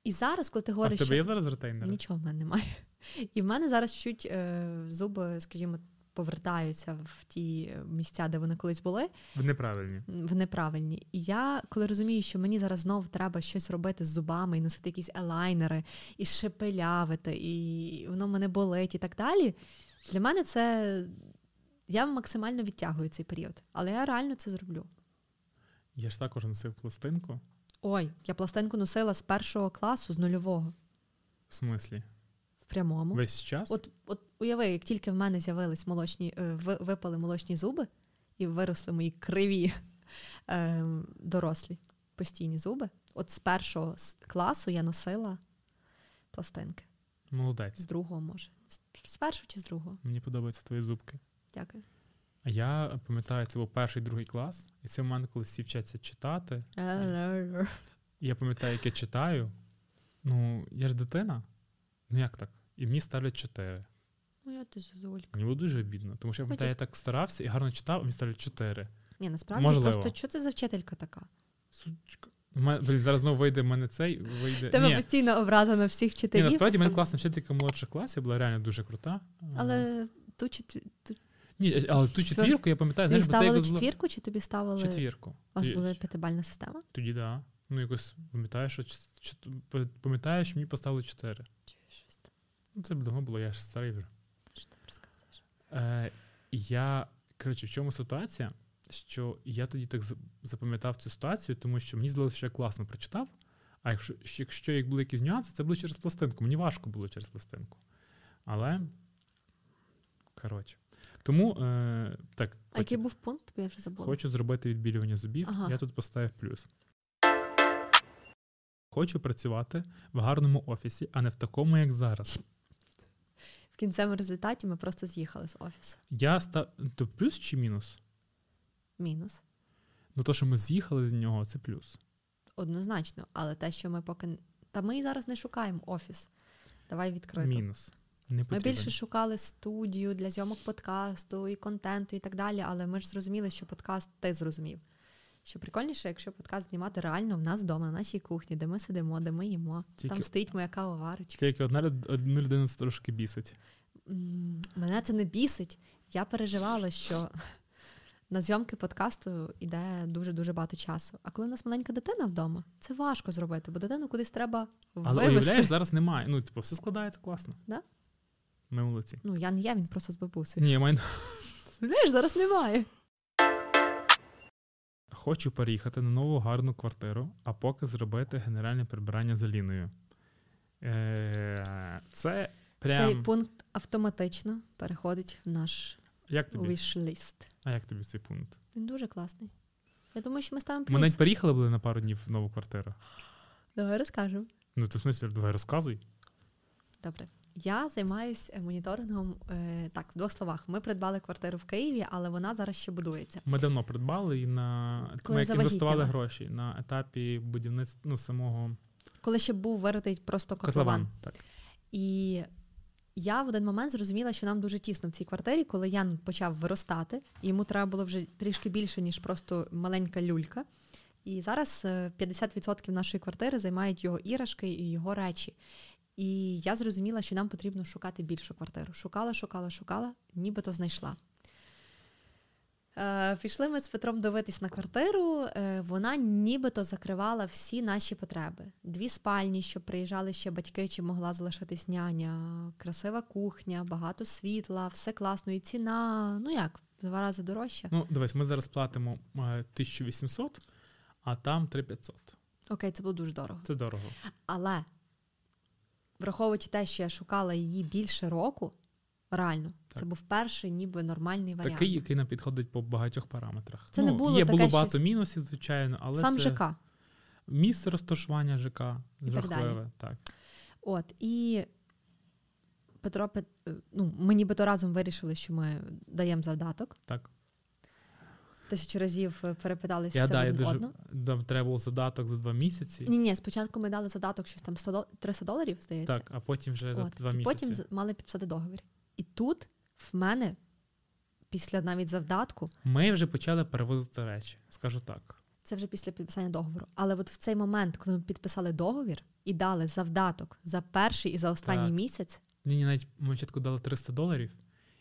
І зараз, коли ти А в говориш, тебе є що зараз ретейнери? нічого в мене немає. І в мене зараз чуть е, зуби, скажімо, повертаються в ті е, місця, де вони колись були, Ви Неправильні. в неправильні. І я, коли розумію, що мені зараз знов треба щось робити з зубами і носити якісь елайнери, і шепелявити, і воно мене болить, і так далі. Для мене це я максимально відтягую цей період, але я реально це зроблю. Я ж також носив пластинку. Ой, я пластинку носила з першого класу, з нульового, В смислі? в прямому. Весь час? Ну, От, от уяви, як тільки в мене з'явились молочні, е, ви- випали молочні зуби і виросли мої криві [LAUGHS] е, дорослі постійні зуби. От з першого с- класу я носила пластинки. З Молодець. другого, може. З- З першого чи з другого? Мені подобаються твої зубки. Дякую. А я пам'ятаю, це був перший другий клас, і це в мене, коли всі вчаться читати. І я пам'ятаю, як я читаю. Ну, я ж дитина. Ну як так? І мені ставлять чотири. Моя ти зозулька. Мені було дуже обідно, тому що я пам'ятаю, я так старався і гарно читав, а мені ставлять чотири. Ні, насправді Можливо. просто що це за вчителька така? Сучка. У мене- Блін, зараз знову вийде в мене цей, вийде. Тебе Е, Ні, постійно образа на всіх ні, вчителів. насправді в мене класна вчителька молодших класів була реально дуже крута. е, Але ту чи ти- ту- Ні, але ту Четвер- четвірку я пам'ятаю, тобі знаєш, бо це ставили якби було- четвірку, чи тобі ставили. четвірку. У вас Тоді- була п'ятибальна система? Тоді да. Ну якось пам'ятаю, що ч- ч- п- пам'ятаю, що мені поставили чотири. Чи щось там? Ну це б давно було, я ж старий вже. Що ти розказуєш? Е, і я, коротше, в чому ситуація, що я тоді так за- запам'ятав цю ситуацію, тому що мені здалося, що я класно прочитав. А якщо, щ- якщо як були якісь нюанси, це було через пластинку. Мені важко було через пластинку. Але. Коротше. Тому е, так, А який був пункт? Я вже забула. хочу зробити відбілювання зубів, Ага. я тут поставив плюс. Хочу працювати в гарному офісі, а не в такому, як зараз. В кінцевому результаті ми просто з'їхали з офісу. Я став. То плюс чи мінус? Мінус. Ну то, що ми з'їхали з нього, це плюс. Однозначно. Але те, що ми поки. н- Та ми і зараз не шукаємо офіс. Давай відкрито. Мінус. Не Ми потрібен. більше шукали студію для зйомок подкасту і контенту, і так далі. Але ми ж зрозуміли, що подкаст ти зрозумів. Що прикольніше, якщо подкаст знімати реально в нас вдома, на нашій кухні, де ми сидимо, де ми їмо. Тільки- Там стоїть моя кавоварочка. Тільки одна, люд- одну людину це трошки бісить. М, Мене це не бісить. Я переживала, що на зйомки подкасту йде дуже-дуже багато часу. А коли у нас маленька дитина вдома, це важко зробити, бо дитину кудись треба Але вивезти. уявляєш, зараз немає. Ну, типу, все складається класно. Да? Ми молодці. Ну, я не я, він просто з бабусею. Ні, я маю... Знаєш, зараз немає. Хочу переїхати на нову гарну квартиру, а поки зробити генеральне прибирання за ліною. Е, це прям. Цей пункт автоматично переходить в наш Як тобі? віш-ліст. А як тобі цей пункт? Він дуже класний. Я думаю, що ми ставимо Ми плюс. навіть переїхали були на пару днів в нову квартиру. Давай розкажемо. Ну, ти в смислі, давай розказуй. Добре. Я займаюся моніторингом. е, так, в двох словах. Ми придбали квартиру в Києві, але вона зараз ще будується. Ми давно придбали і на Коли ми як завагітніла. інвестували гроші на етапі будівництва ну, самого Коли ще був виритий просто котлован. котлован. Так. І я в один момент зрозуміла, що нам дуже тісно в цій квартирі, коли Ян почав виростати, і йому треба було вже трішки більше, ніж просто маленька люлька. І зараз е, 50% нашої квартири займають його іграшки і його речі. І я зрозуміла, що нам потрібно шукати більшу квартиру. Шукала, шукала, шукала, нібито знайшла. Е, пішли ми з Петром дивитись на квартиру. Е, вона нібито закривала всі наші потреби: дві спальні, щоб приїжджали ще батьки, чи могла залишитись няня, красива кухня, багато світла, все класно, і ціна. Ну як, в два рази дорожча. Ну, дивись, ми зараз платимо е, 1800, а там 3500. Окей, це було дуже дорого. Це дорого. Але враховуючи те, що я шукала її більше року, реально, це Так. був перший ніби нормальний варіант. Такий, який нам підходить по багатьох параметрах. Ну, Це не було є таке було багато щось- мінусів, звичайно, але Сам це ЖК. місце розташування ЖК І так далі. жахливе. Так. От і Петро Пет- е, ну, ми нібито разом вирішили, що ми даємо завдаток. так. Тисячу разів е, перепиталися Я це да, я один дуже одного. да, треба було задаток за два місяці. Ні, ні, спочатку ми дали задаток щось там 100 дол- 300 доларів, здається. Так, а потім вже за От, два і місяці. потім з- мали підписати договір. І тут в мене, після навіть завдатку, Ми вже почали перевозити речі, скажу так. Це вже після підписання договору. Але от в цей момент, коли ми підписали договір і дали завдаток за перший і за останній Так. місяць, Ні, ні, навіть ми спочатку дали 300 доларів,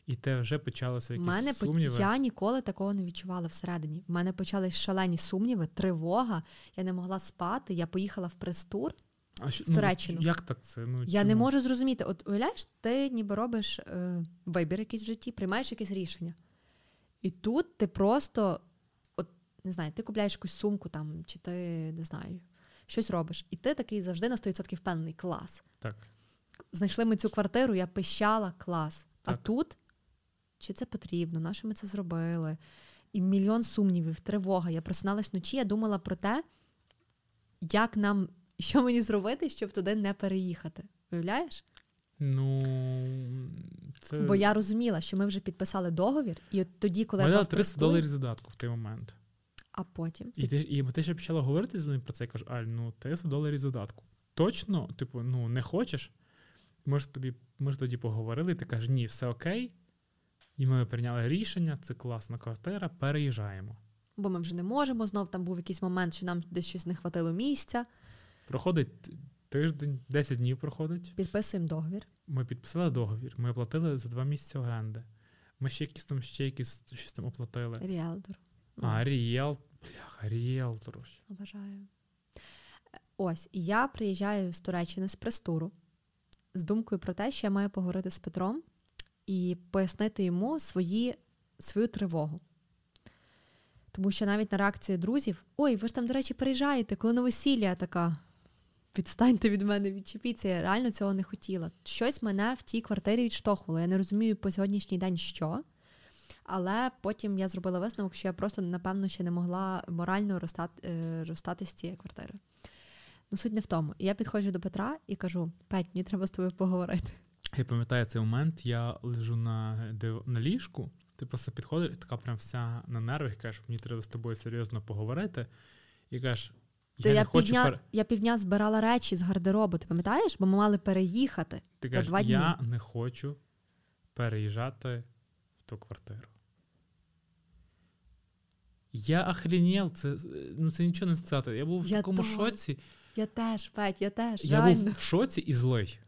і те вже почалося в якісь мене по- сумніви. я ніколи такого не відчувала всередині. В мене почались шалені сумніви, тривога. Я не могла спати. Я поїхала в прес-тур. А що, в Туреччину. Ну, як так це? Ну, Я не чому? можу зрозуміти. От уявляєш, ти ніби робиш е, вибір якийсь в житті, приймаєш якесь рішення. І тут ти просто, от не знаю, ти купляєш якусь сумку там, чи ти не знаю, щось робиш. І ти такий завжди на 100% впевнений клас. Так. знайшли ми цю квартиру, я пищала клас. А Так. тут чи це потрібно? На що ми це зробили? І мільйон сумнівів, тривога. Я просиналась вночі, я думала про те, як нам, [LAUGHS] що мені зробити, щоб туди не переїхати. Уявляєш? Ну, це... Бо я розуміла, що ми вже підписали договір, і от тоді, коли я була дали в 300 престолі, доларів задатку в той момент. а потім І ти, і ти ще почала говорити з ним про це, я кажу, Аль, ну 300 доларів задатку. Точно, типу, ну не хочеш. Ми ж тобі, ми ж тоді поговорили, і ти кажеш, ні, все окей. І ми прийняли рішення, це класна квартира, переїжджаємо. бо ми вже не можемо. Знов там був якийсь момент, що нам десь щось не хватило місця. Проходить тиждень, 10 днів проходить. Підписуємо договір. Ми підписали договір, ми оплатили за два місяці оренди. Ми ще якісь там ще якісь щось там оплатили. Ріелтор. Ну, А, ріел... Бляха, ріелтор. Обожаю. Е, Ось, і я приїжджаю з Туреччини з престуру з думкою про те, що я маю поговорити з Петром і пояснити йому свої, свою тривогу. Тому що навіть на реакції друзів: ой, ви ж там, до речі, переїжджаєте, коли на весілля Я така. Відстаньте від мене, відчепіться. Я реально цього не хотіла. Щось мене в тій квартирі відштовхнуло. Я не розумію по сьогоднішній день що. Але потім я зробила висновок, що я просто, напевно, ще не могла морально розстати, розстатись з цієї квартири. Ну, суть не в тому. І Я підходжу до Петра і кажу: Петь, мені треба з тобою поговорити. Я пам'ятаю цей момент, я лежу на, див... на ліжку, ти просто підходиш і така прям вся на нервах, і кажеш, мені треба з тобою серйозно поговорити. І кажеш, Та я я, не хочу півдня, пере... я півдня збирала речі з гардеробу, ти пам'ятаєш? Бо ми мали переїхати. ти за кажеш, два дні. я не хочу переїжджати в ту квартиру. Я охренел, це, е, ну, це нічого не сказати. Я був в Я такому теж. шоці. Я теж, Петь, я теж. Я реально. був в шоці і злий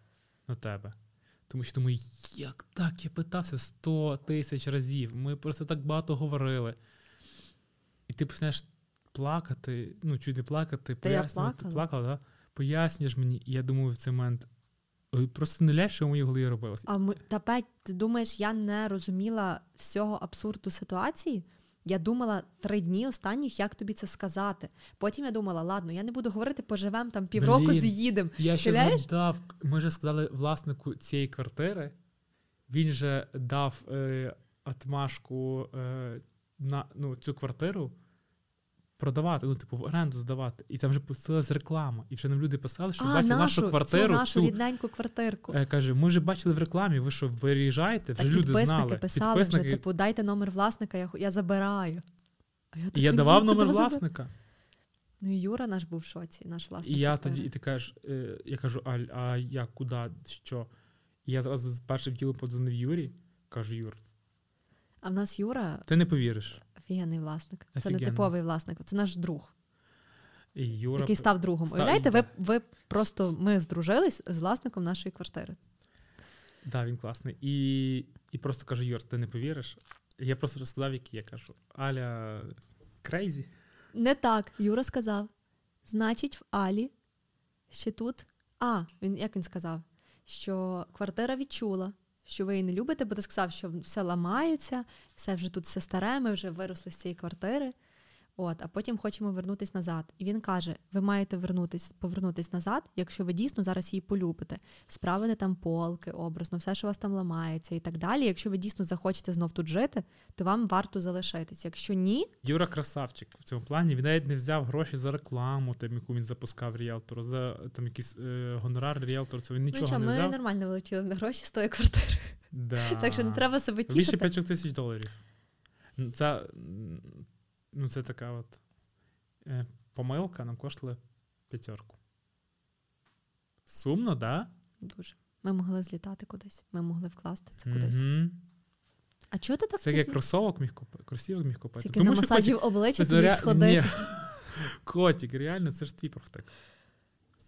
на тебе. Тому що думаю, як так? Я питався 100 тисяч разів. Ми просто так багато говорили. І ти починаєш плакати, ну, чуть не плакати, Та я пояснювати. плакала. плакала, да? пояснюєш мені. І я думаю, в цей момент. ой, Просто не ляй, що в моїй голові робилося. А ми, та Петь, ти думаєш, я не розуміла всього абсурду ситуації? Я думала три дні останніх, як тобі це сказати. Потім я думала, ладно, я не буду говорити, поживемо там півроку, Блін. з'їдемо. Я ще Уявляєш? згадав, ми вже сказали власнику цієї квартири. Він же дав е, отмашку е, на ну, цю квартиру продавати, ну, типу, в оренду здавати. І там вже пустилась реклама. І вже нам люди писали, що бачили нашу, квартиру. цю нашу цю, рідненьку квартирку. е, каже, ми вже бачили в рекламі, ви що, виїжджаєте? Вже так люди підписники знали. писали вже, типу, дайте номер власника, я, ху- я забираю. А і така, я «Ні, давав куди номер ви забер-?» власника. Ну і Юра наш був в шоці, наш власник. І я квартири. тоді, і ти кажеш, е, я кажу, Аль, а я куди, що? І я зразу з першим ділом подзвонив Юрі, кажу, Юр, А в нас Юра ти не повіриш. офігенний власник. Це не Офігенно. типовий власник, це наш друг, І Юра, який став другом. Став- Уявляєте, ви, ви просто ми здружились з власником нашої квартири. да, він класний. І, і просто кажу, Юр, ти не повіриш. Я просто розказав, які я кажу. Аля крейзі. Не так. Юра сказав. Значить, в Алі ще тут. А, він як він сказав? Що квартира відчула, що ви її не любите, бо ти сказав, що все ламається, все вже тут все старе, ми вже виросли з цієї квартири. От, а потім хочемо вернутись назад. І він каже: ви маєте вернутись, повернутись назад, якщо ви дійсно зараз її полюбите, справите там полки, образно, все, що у вас там ламається, і так далі. Якщо ви дійсно захочете знов тут жити, то вам варто залишитись. Якщо ні, Юра красавчик в цьому плані. Він навіть не взяв гроші за рекламу, там, яку він запускав ріелтору, за там якийсь е, гонорар ріелтору. Це він Ну нічого нічого, не ми взяв. нормально влетіли на гроші з тої квартири. Да. Так що не треба себе Більше тішити. 5 тисяч доларів. Ну, Це, м, ну, це така от е, помилка, нам коштує п'ятерку. Сумно, да? Дуже. Ми могли злітати кудись, ми могли вкласти це кудись. Мгм. А чого ти так Це як тільки- кросовок міг купити, кросівок міг купити. тільки на масажі котик- обличчя це тобі ре- сходити? Ні. [LAUGHS] Котик, реально, це ж твій профтек.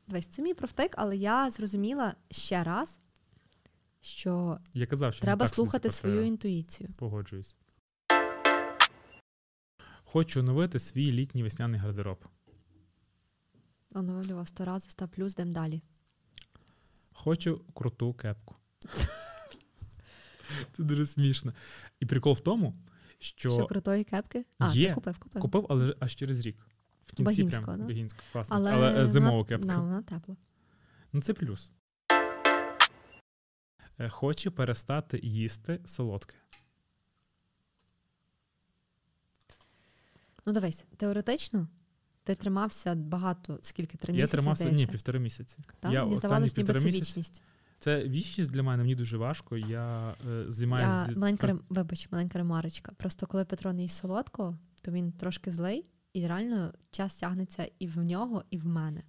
Дивись, це мій профтик, але я зрозуміла ще раз, що Я казав, що не треба так собі слухати запрацює. свою інтуїцію. Погоджуюсь. Хочу оновити свій літній весняний гардероб. Оновлював сто разів, став плюс, дем далі. Хочу круту кепку. [LAUGHS] Це дуже смішно. І прикол в тому, що, Що крутої кепки? А, Є. ти купив, купив. купив, але аж через рік. В кінці Багінського, прям да? Багінського, класно. Але, е, зимову кепку. На, вона тепла. Ну це плюс. Е, Хочу перестати їсти солодке. Ну дивись, теоретично ти тримався багато, скільки три я місяці, тримався ні, здається. півтори місяці. Там я мені останні здавалось, ніби півтори це місяці. вічність. Це вічність для мене, мені дуже важко. Я е, Я, займаюся. з- маленька, рем- вибач, маленька ремарочка. Просто коли Петро не їсть солодкого, то він трошки злий, і реально час тягнеться і в нього, і в мене.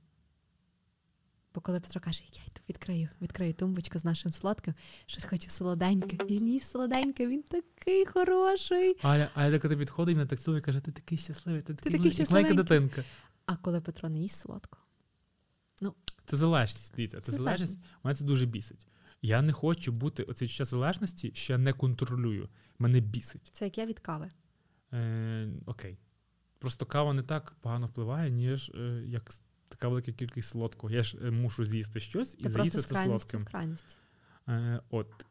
Бо коли Петро каже, я йду відкрию, відкрию тумбочку з нашим солодким, щось хочу солоденьке. І ні, солоденьке, він такий хороший. Аля, Аля така підходить, мене так цілує, каже, ти такий щасливий, ти, такий такий, маленький, як маленька щасливенький. дитинка. А коли Петро не їсть солодкого, Це залежність, дивіться, це Це залежність. Мене це дуже бісить. Я не хочу бути оцей час залежності, що я не контролюю. Мене бісить. це як я від кави. Е, окей. Просто кава не так погано впливає, ніж е, як с- така велика кількість солодкого. Я ж е, мушу з'їсти щось Ти і просто заїсти з це крайності солодким. в крайності. Е, от.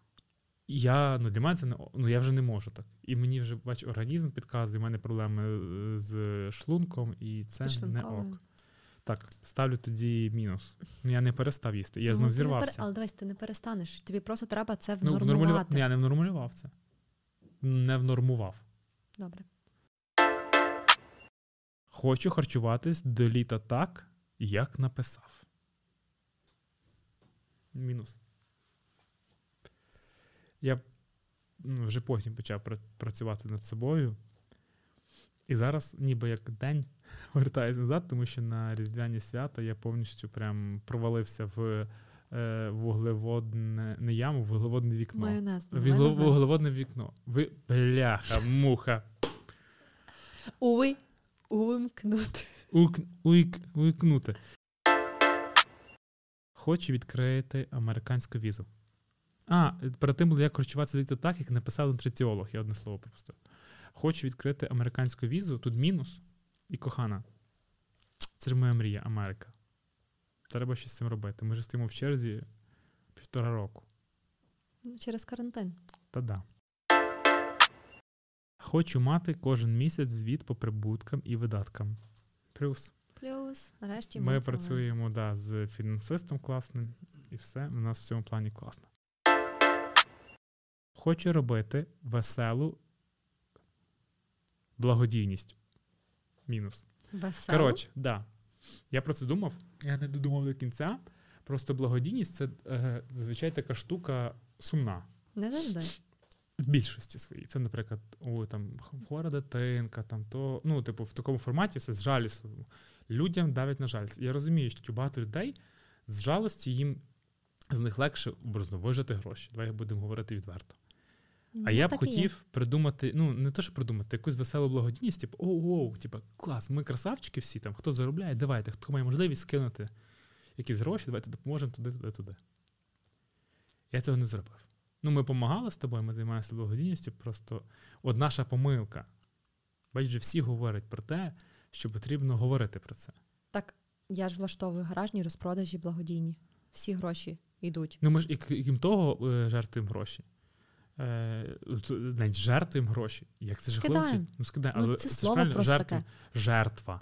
Я, ну, для мене це не, ну, я вже не можу так. І мені вже бач, організм підказує, в мене проблеми е, з шлунком, і це не Пішлинковою. ок. Так, ставлю тоді мінус. Ну я не перестав їсти, я Ну, знов ти не пере- зірвався. Але дивись, ти не перестанеш. Тобі просто треба це Ну, внормувати. внормулював. Ні, Я не внормулював це. Не внормував. Добре. Хочу харчуватись до літа так, як написав. Мінус. Я ну, вже потім почав пра- працювати над собою. І зараз, ніби як день, [LAUGHS] вертаюся назад, тому що на різдвяні свята я повністю прям провалився в е, вуглеводне не яму, в вуглеводне вікно. Майонез. ну, В Давай вугле- назвемо. вуглеводне вікно. Ви бляха, муха. Уй, увімкнути. Уйк, уйк, уйкнути. Хочу відкрити американську візу. А, перед тим було як харчуватися літо так, як написав нутриціолог, я одне слово пропустив. Хочу відкрити американську візу, тут мінус. І кохана. Це ж моя мрія, Америка. Треба щось з цим робити. Ми ж стоїмо в черзі півтора року. Ну, Через карантин. Та да. Хочу мати кожен місяць звіт по прибуткам і видаткам. Плюс. Плюс, нарешті Ми це маємо. працюємо да, з фінансистом класним, і все у нас в цьому плані класно. Хочу робити веселу благодійність. Мінус. Весело. Коротше, да. Я про це думав. Я не додумав до кінця. Просто благодійність це е, зазвичай така штука сумна. Не завжди. В більшості своїй. Це, наприклад, у там х- хвора дитинка, там то. Ну, типу, в такому форматі це з жалісливому. Людям давить на жалість. Я розумію, що багато людей з жалості їм з них легше образно вижити гроші. Давай будемо говорити відверто. А Ну, я б так і є. хотів придумати, ну не то, що придумати, якусь веселу благодійність, типу, оу, типу, клас, ми красавчики всі там, хто заробляє, давайте, хто має можливість скинути якісь гроші, давайте допоможемо туди, туди, туди. Я цього не зробив. Ну, ми допомагали з тобою, ми займаємося благодійністю. Просто от наша помилка. Бачиш, же всі говорять про те, що потрібно говорити про це. Так, я ж влаштовую гаражні розпродажі благодійні. Всі гроші йдуть. Ну, ми ж і к- і крім того, е, жертвуємо гроші. Е, от, навіть жертвуємо гроші. Як це жахливо? Скидаємо. звучить. Ну, скидай, Ну, але це ж слово правильно, просто жертву- таке. Жертва.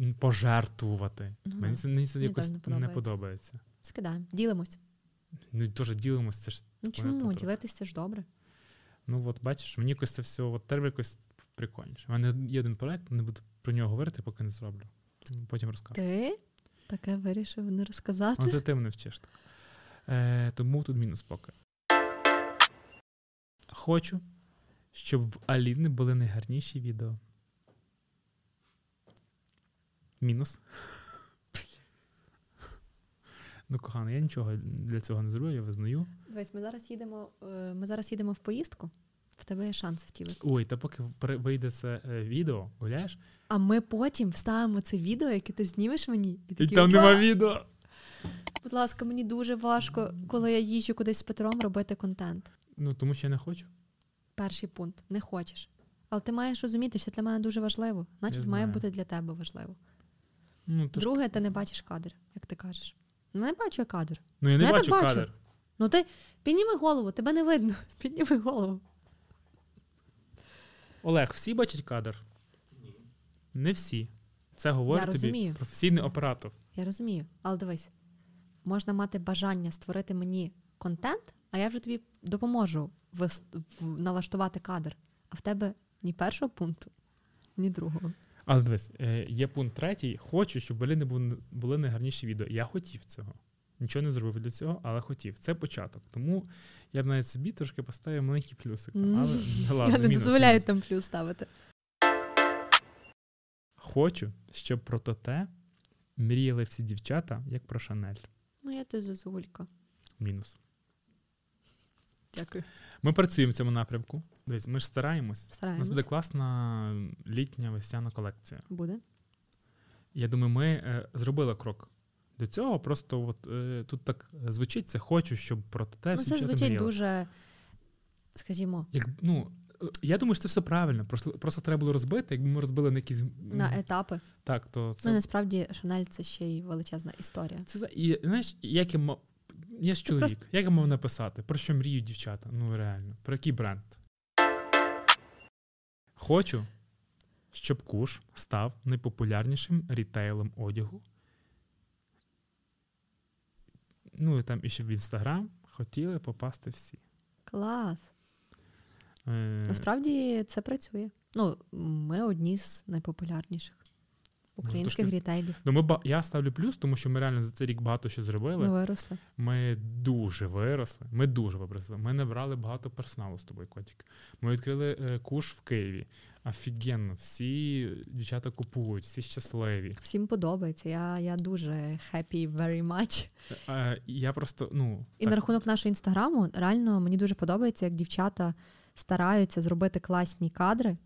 М, Пожертвувати. Ну, мені да. це, мені це Мені теж якось не не подобається. подобається. Скидаємо, ділимось. Ну, теж ділимося. Це ж Ну Понятно, чому? так. Ділитися ж добре. Ну, от бачиш, мені якось це все, от треба якось прикольніше. У мене є один проект, не буду про нього говорити, поки не зроблю. Потім розкажу. Ти таке вирішив не розказати. Ну, це ти мене вчиш. так. Е, тому тут мінус поки. Хочу, щоб в Аліни були найгарніші відео. Мінус. Ну, кохана, я нічого для цього не зроблю, я визнаю. Дивись, ми зараз їдемо. е, Ми зараз їдемо в поїздку. В тебе є шанс втілити. Ой, та поки пере- вийде це е, відео, гуляєш, А ми потім вставимо це відео, яке ти знімеш мені, і і такий, там нема «Ба, відео. Будь ласка, мені дуже важко, коли я їжджу кудись з Петром робити контент. Ну, тому що я не хочу. Перший пункт не хочеш. Але ти маєш розуміти, що для мене дуже важливо, значить, Я має знаю. бути для тебе важливо. Ну, то ж- Друге, ти не бачиш кадр, як ти кажеш. Ну, не бачу я кадр. ну я не я так бачу бачу. кадр. Ну ти підніми голову, тебе не видно. [LAUGHS] Підніми голову. Олег, всі бачать кадр? Ні. Не всі. Це говорить Я тобі розумію. професійний оператор. Я розумію, але дивись, можна мати бажання створити мені контент, а я вже тобі допоможу вис- в- налаштувати кадр. А в тебе ні першого пункту, ні другого. Але дивись, е, є пункт третій. Хочу, щоб були не були, були найгарніші відео. Я хотів цього. Нічого не зробив для цього, але хотів. Це початок. Тому я б навіть собі трошки поставив маленький плюсик. Мгм. Але не ладно, [LAUGHS] я не мінус, дозволяю мінус. там плюс ставити. Хочу, щоб про те мріяли всі дівчата, як про Шанель. Ну, я ти зозулька. Мінус. Дякую. Ми працюємо в цьому напрямку. Дивись, ми ж стараємось. У нас Стараємось. буде класна літня весняна колекція. Буде. Я думаю, ми е, зробили крок до цього. Просто от, е, тут так звучить, це хочу, щоб про те. Ну, це звучить дуже, скажімо, Як, ну, е, я думаю, що це все правильно. Просто, просто треба було розбити. Якби ми розбили на якісь. м, на етапи. Так, то це. Ну, і насправді, Шанель це ще й величезна історія. це за- і, знаєш, як я мав. Я ж Ти чоловік. Як я мав написати? Про що мріють дівчата? Ну реально, про який бренд? Хочу, щоб куш став найпопулярнішим рітейлом одягу. Ну і там іще в інстаграм хотіли попасти всі. Клас. Е, Насправді це працює. Ну, ми одні з найпопулярніших українських Може, трошки- рітейлів. Ну, ми, ба- я ставлю плюс, тому що ми реально за цей рік багато що зробили. Ми виросли. Ми дуже виросли. Ми дуже виросли. Ми набрали багато персоналу з тобою, котик. Ми відкрили е, куш в Києві. Офігенно, всі дівчата купують, всі щасливі. Всім подобається. Я, я дуже happy very much. Е, і я просто, ну І так, на рахунок нашого інстаграму, реально мені дуже подобається, як дівчата стараються зробити класні кадри.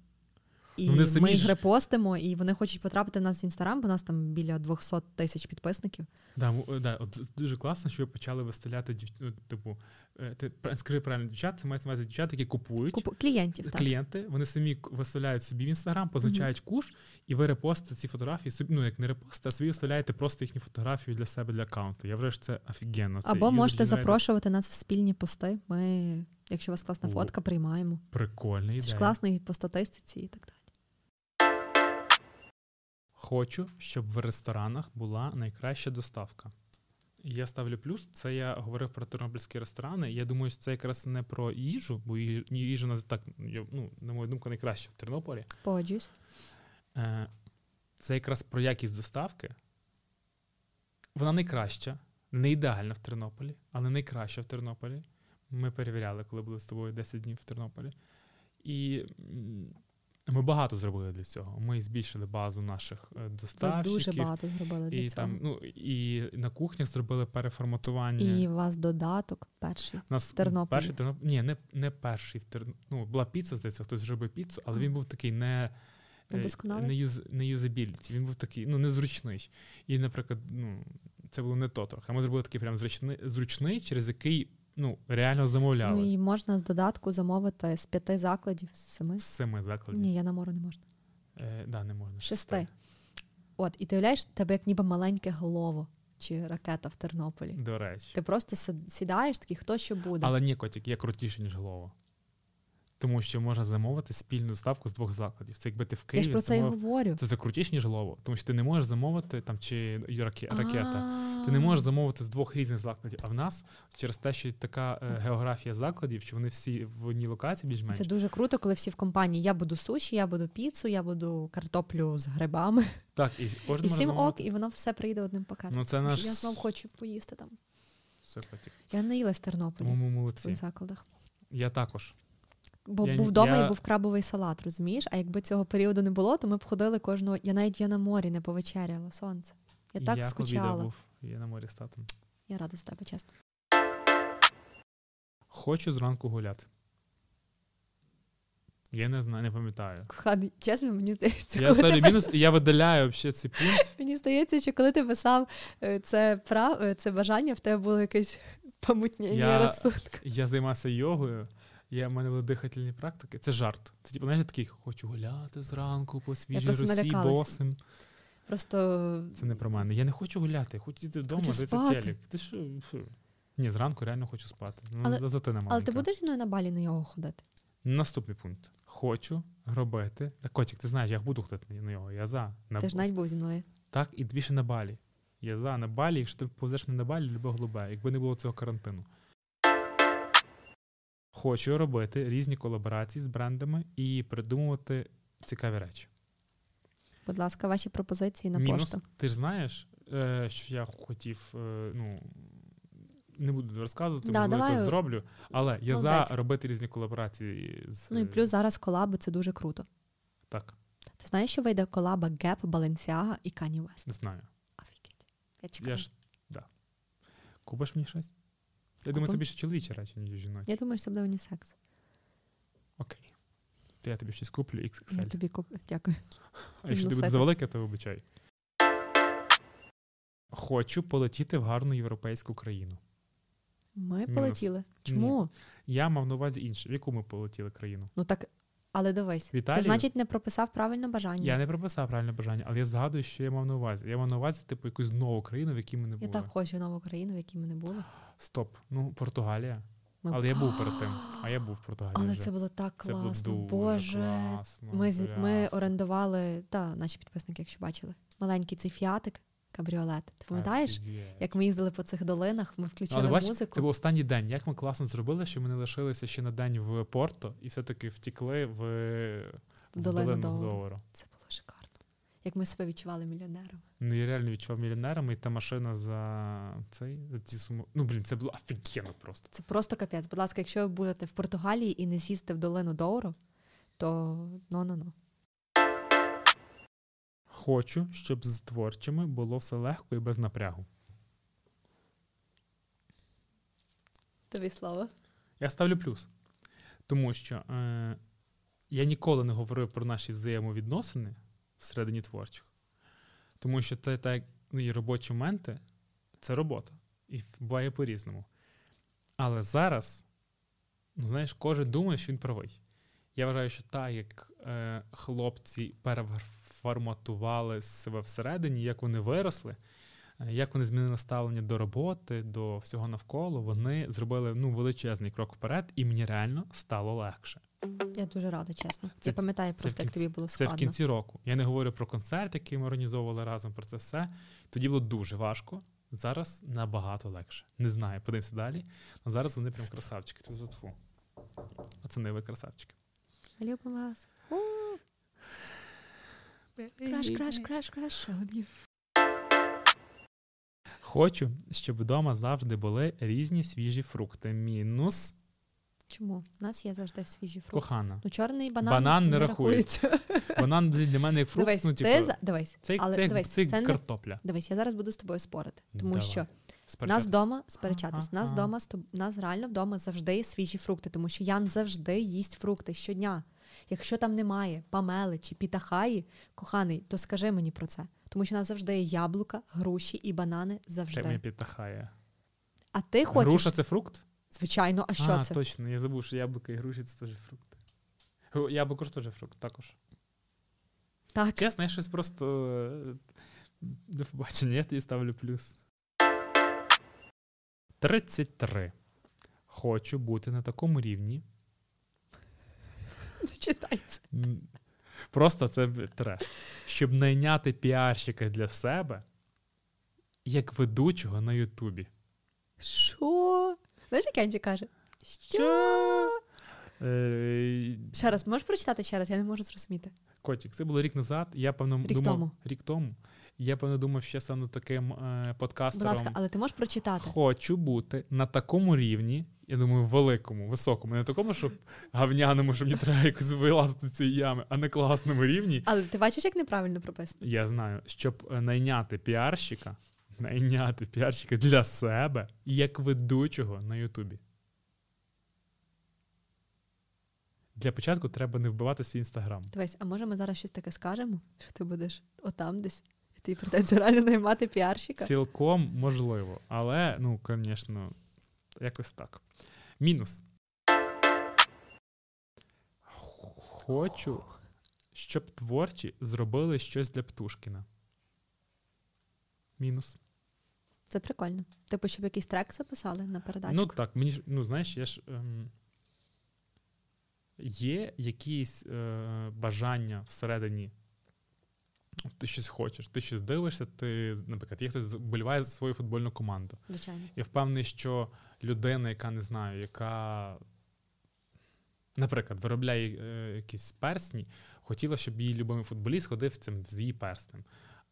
І Ну, вони самі ми їх ж- репостимо, і вони хочуть потрапити в нас в інстаграм, бо у нас там біля 200 тисяч підписників. да, м- е, да, от дуже класно, що ви почали виставляти дів... ну, типу, е, ти пра- скажи правильно дівчат, це мається на увазі дівчат, які купують. Купу клієнтів. Так. Клієнти вони самі к- виставляють собі в інстаграм, позначають куш, і ви репостите ці фотографії собі. Ну як не репостите, а собі вставляєте просто їхні фотографії для себе для аккаунту. Я вважаю, що це офігенно. Це Або user можете generated. запрошувати нас в спільні пости. Ми, якщо у вас класна О, фотка, приймаємо. Прикольна Це ж ідея. класно і по статистиці, і так далі. Хочу, щоб в ресторанах була найкраща доставка. Я ставлю плюс. Це я говорив про тернопільські ресторани. Я думаю, що це якраз не про їжу, бо ї- їжа у нас так, я- ну, на мою думку, найкраща в Тернополі. Погоджуюсь. Е, Це якраз про якість доставки. Вона найкраща, не ідеальна в Тернополі, але найкраща в Тернополі. Ми перевіряли, коли були з тобою 10 днів в Тернополі. І м, ми багато зробили для цього. Ми збільшили базу наших е, Ви доставщиків. дуже багато зробили для і, цього. там, ну, і на кухнях зробили переформатування. І у вас додаток перший. Ну, У нас Тернополі. перший Терноп... Ні, не, не перший в Терн... Ну, була піца, здається, хтось зробив піцу, але А. він був такий не, Не е, досконалий? не, юз... не юзабіліті. Він був такий, ну, незручний. І, наприклад, ну, це було не то трохи. Ми зробили такий прям зручний, зручний через який ну, реально замовляли. Ну і можна з додатку замовити з п'яти закладів, з семи. З семи закладів. Ні, я на море не можна. Е, да, не можна. Шести. От, і ти уявляєш, в тебе як ніби маленьке голово чи ракета в Тернополі. До речі. Ти просто си- сідаєш такий, хто що буде. Але ні, котик, є крутіше, ніж голова. Тому що можна замовити спільну ставку з двох закладів. Це якби ти в я Києві ж про це і замовив. говорю. Це крутіше, ніж голова. Тому що ти не можеш замовити там чи раке- ракета. А. Ти не можеш замовити з двох різних закладів. А в нас через те, що така е, географія закладів, що вони всі в одній локації більш-менш. Це дуже круто, коли всі в компанії. Я буду суші, я буду піцу, я буду картоплю з грибами. Так, і кожен і може всім замовити. ок, і воно все прийде одним пакетом. Ну це Я наш знов хочу поїсти там. все, котик. Я не їла з Тернополя Тому ми в своїх молодці. закладах. Я також. Бо Я- був вдома я- і був крабовий салат, розумієш? А якби цього періоду не було, то ми б ходили кожного. Я навіть я на морі не повечеряла сонце. Я так я скучала. обідав був. Я на морі з татом. Я рада за тебе, чесно. Хочу зранку гуляти. Я не знаю, не пам'ятаю. Коханий, чесно, мені здається, Я коли ставлю ти пис- мінус, і я видаляю взагалі цей пункт. мені здається, що коли ти писав е, це прав, е, це бажання, в тебе було якесь помутнення Я- розсудка. Я займався йогою. Я, в мене були дихательні практики. Це жарт. Це типу, знаєш, я такий хочу гуляти зранку по свіжій просто русі налякалась. босим. Просто Це не про мене. Я не хочу гуляти, я хочу йти вдома, Хочу дивитися спати. телек. Ти що? що? Ні, зранку реально хочу спати. Ну, Але- зате нема. Але ти будеш зі мною на балі на його ходити? Наступний пункт. Хочу робити. Та котик, ти знаєш, я буду ходити на нього. Я за. На Ти ж навіть був зі мною. Так, і більше на балі. Я за на балі, якщо ти повезеш мене на балі, любе голубе, якби не було цього карантину. Хочу робити різні колаборації з брендами і придумувати цікаві речі. Будь ласка, ваші пропозиції на Мінус, пошту. ти ж знаєш, е, що я хотів, е, ну. Не буду розказувати, Да, можливо, якось давай. зроблю. Але я за Молодець. робити різні колаборації з Ну і е, плюс зараз колаби це дуже круто. так, Ти знаєш, що вийде колаба Gap, Balenciaga і Kanye West? не знаю. Офігеть. Я чекаю. Я, Я ж да. Купиш мені щось? Я думаю, це Купим. більше чоловічі речі, ніж жіночі. думаю, що це буде унісекс. Окей. То я тобі щось куплю Я XXL. тобі куплю. Дякую. А якщо ти буде носити. завелике, то вибачай. Хочу полетіти в гарну європейську країну. Ми Мінус. полетіли. Чому? Я мав на увазі інше. В яку ми полетіли країну? Ну так, але дивись. В Італію? Ти, значить, не прописав правильно бажання. Я не прописав правильне бажання, але я згадую, що я мав на увазі. Я мав на увазі, типу, якусь нову країну, в якій ми не Я були. так хочу нову країну, в якій ми не були. Стоп. Ну, Португалія. Ми- Але я був перед [GASPS] тим. А я був в Португалії. Але вже. це було так Це було класно. дуже Боже, класно, Ми, з- бля. ми орендували, та наші підписники, якщо бачили, маленький цей фіатик, кабріолет. Ти пам'ятаєш, Офігеть. як ми їздили по цих долинах, ми включили Але бачиш, музику. це був останній день. Як ми класно зробили, що ми не лишилися ще на день в Порто і все-таки втікли в, в долину долину Довору. Довору. Це було шикарно. Як ми себе відчували мільйонерами. Ну я реально відчував мільйонерами, і та машина за цей за ці суми. Ну блін, це було офігенно просто. Це просто капець. Будь ласка, якщо ви будете в Португалії і не з'їсти в долину Доуру, то ну ну ну. Хочу, щоб з творчими було все легко і без напрягу. Тобі слово. Я ставлю плюс, тому що е, я ніколи не говорив про наші взаємовідносини всередині творчих, тому що це так, ну і робочі моменти це робота. І буває по-різному. Але зараз, ну знаєш, кожен думає, що він правий. Я вважаю, що так, як е, хлопці переформатували себе всередині, як вони виросли, е, як вони змінили ставлення до роботи, до всього навколо, вони зробили ну, величезний крок вперед, і мені реально стало легше. Я дуже рада, чесно. Це- я пам'ятаю це в просто, як кінці- тобі було Це складно. в кінці року. Я не говорю про концерт, який ми організовували разом про це все. Тоді було дуже важко. Зараз набагато легше. Не знаю, подивимося далі. Але зараз вони прям красавчики. Тут тут, фу. Пацани, ви красавчики. Любимо вас. Краш, краш, краш, краш. Хочу, щоб вдома завжди були різні свіжі фрукти. Мінус Чому? У нас є завжди свіжі фрукти. кохана. Ну, чорний банан, Банан не рахується. Вона для мене як фрукт. Дивись, ну, ти типу, за- дивись, це, як- але це, як- дивись, це як це не- картопля. дивись, я зараз буду з тобою спорити, тому Давай. що Сперечатись. нас вдома сперечатись. Нас Ага. вдома з тоб- нас реально вдома завжди є свіжі фрукти, тому що Ян завжди їсть фрукти щодня. Якщо там немає памели чи пітахаї, коханий, то скажи мені про це. Тому що у нас завжди є яблука, груші і банани Це мені завжди. підтахає. А ти хочеш Груша це фрукт? Звичайно, а що а, це? точно, я забув, що яблука і груші це теж фрукти. О, Яблуко ж теж фрукт також. Так. [LAUGHS] Чесно, я щось просто е, до побачення, я тобі ставлю плюс. 33. Хочу бути на такому рівні. Не читай це. М, Просто це б- треш. Щоб найняти піарщика для себе як ведучого на Ютубі. Що? Знаєш, як Кенджі каже? Що? Е, Ще раз, можеш прочитати ще раз, я не можу зрозуміти. Котік, це було рік назад. Я певно Рік думав тому. рік тому. Я певно думав, що я стану таким е, Будь подкастером. ласка, але ти можеш прочитати. Хочу бути на такому рівні, я думаю, великому, високому, не такому, щоб гавняному, щоб мені треба якось вилазити з цієї ями, а на класному рівні. Але ти бачиш, як неправильно прописано? Я знаю, щоб е, найняти піарщика, найняти піарщика для себе і як ведучого на Ютубі. Для початку треба не вбивати свій інстаграм. Дивись, а може ми зараз щось таке скажемо, що ти будеш отам десь, і тобі прийдеться реально наймати піарщика? Цілком можливо, але, ну, звісно, якось так. Мінус. Хочу, щоб творчі зробили щось для Птушкіна. Мінус. Це прикольно. Типу, щоб якийсь трек записали на передачу. Ну так, мені ж, ну знаєш, я ж. Ем, є якісь е, бажання всередині. Ти щось хочеш, ти щось дивишся, ти, наприклад, є хтось вболіває за свою футбольну команду. Звичайно. Я впевнений, що людина, яка не знаю, яка, наприклад, виробляє е, якісь персні, хотіла, щоб її любимий футболіст ходив цим з її перснем.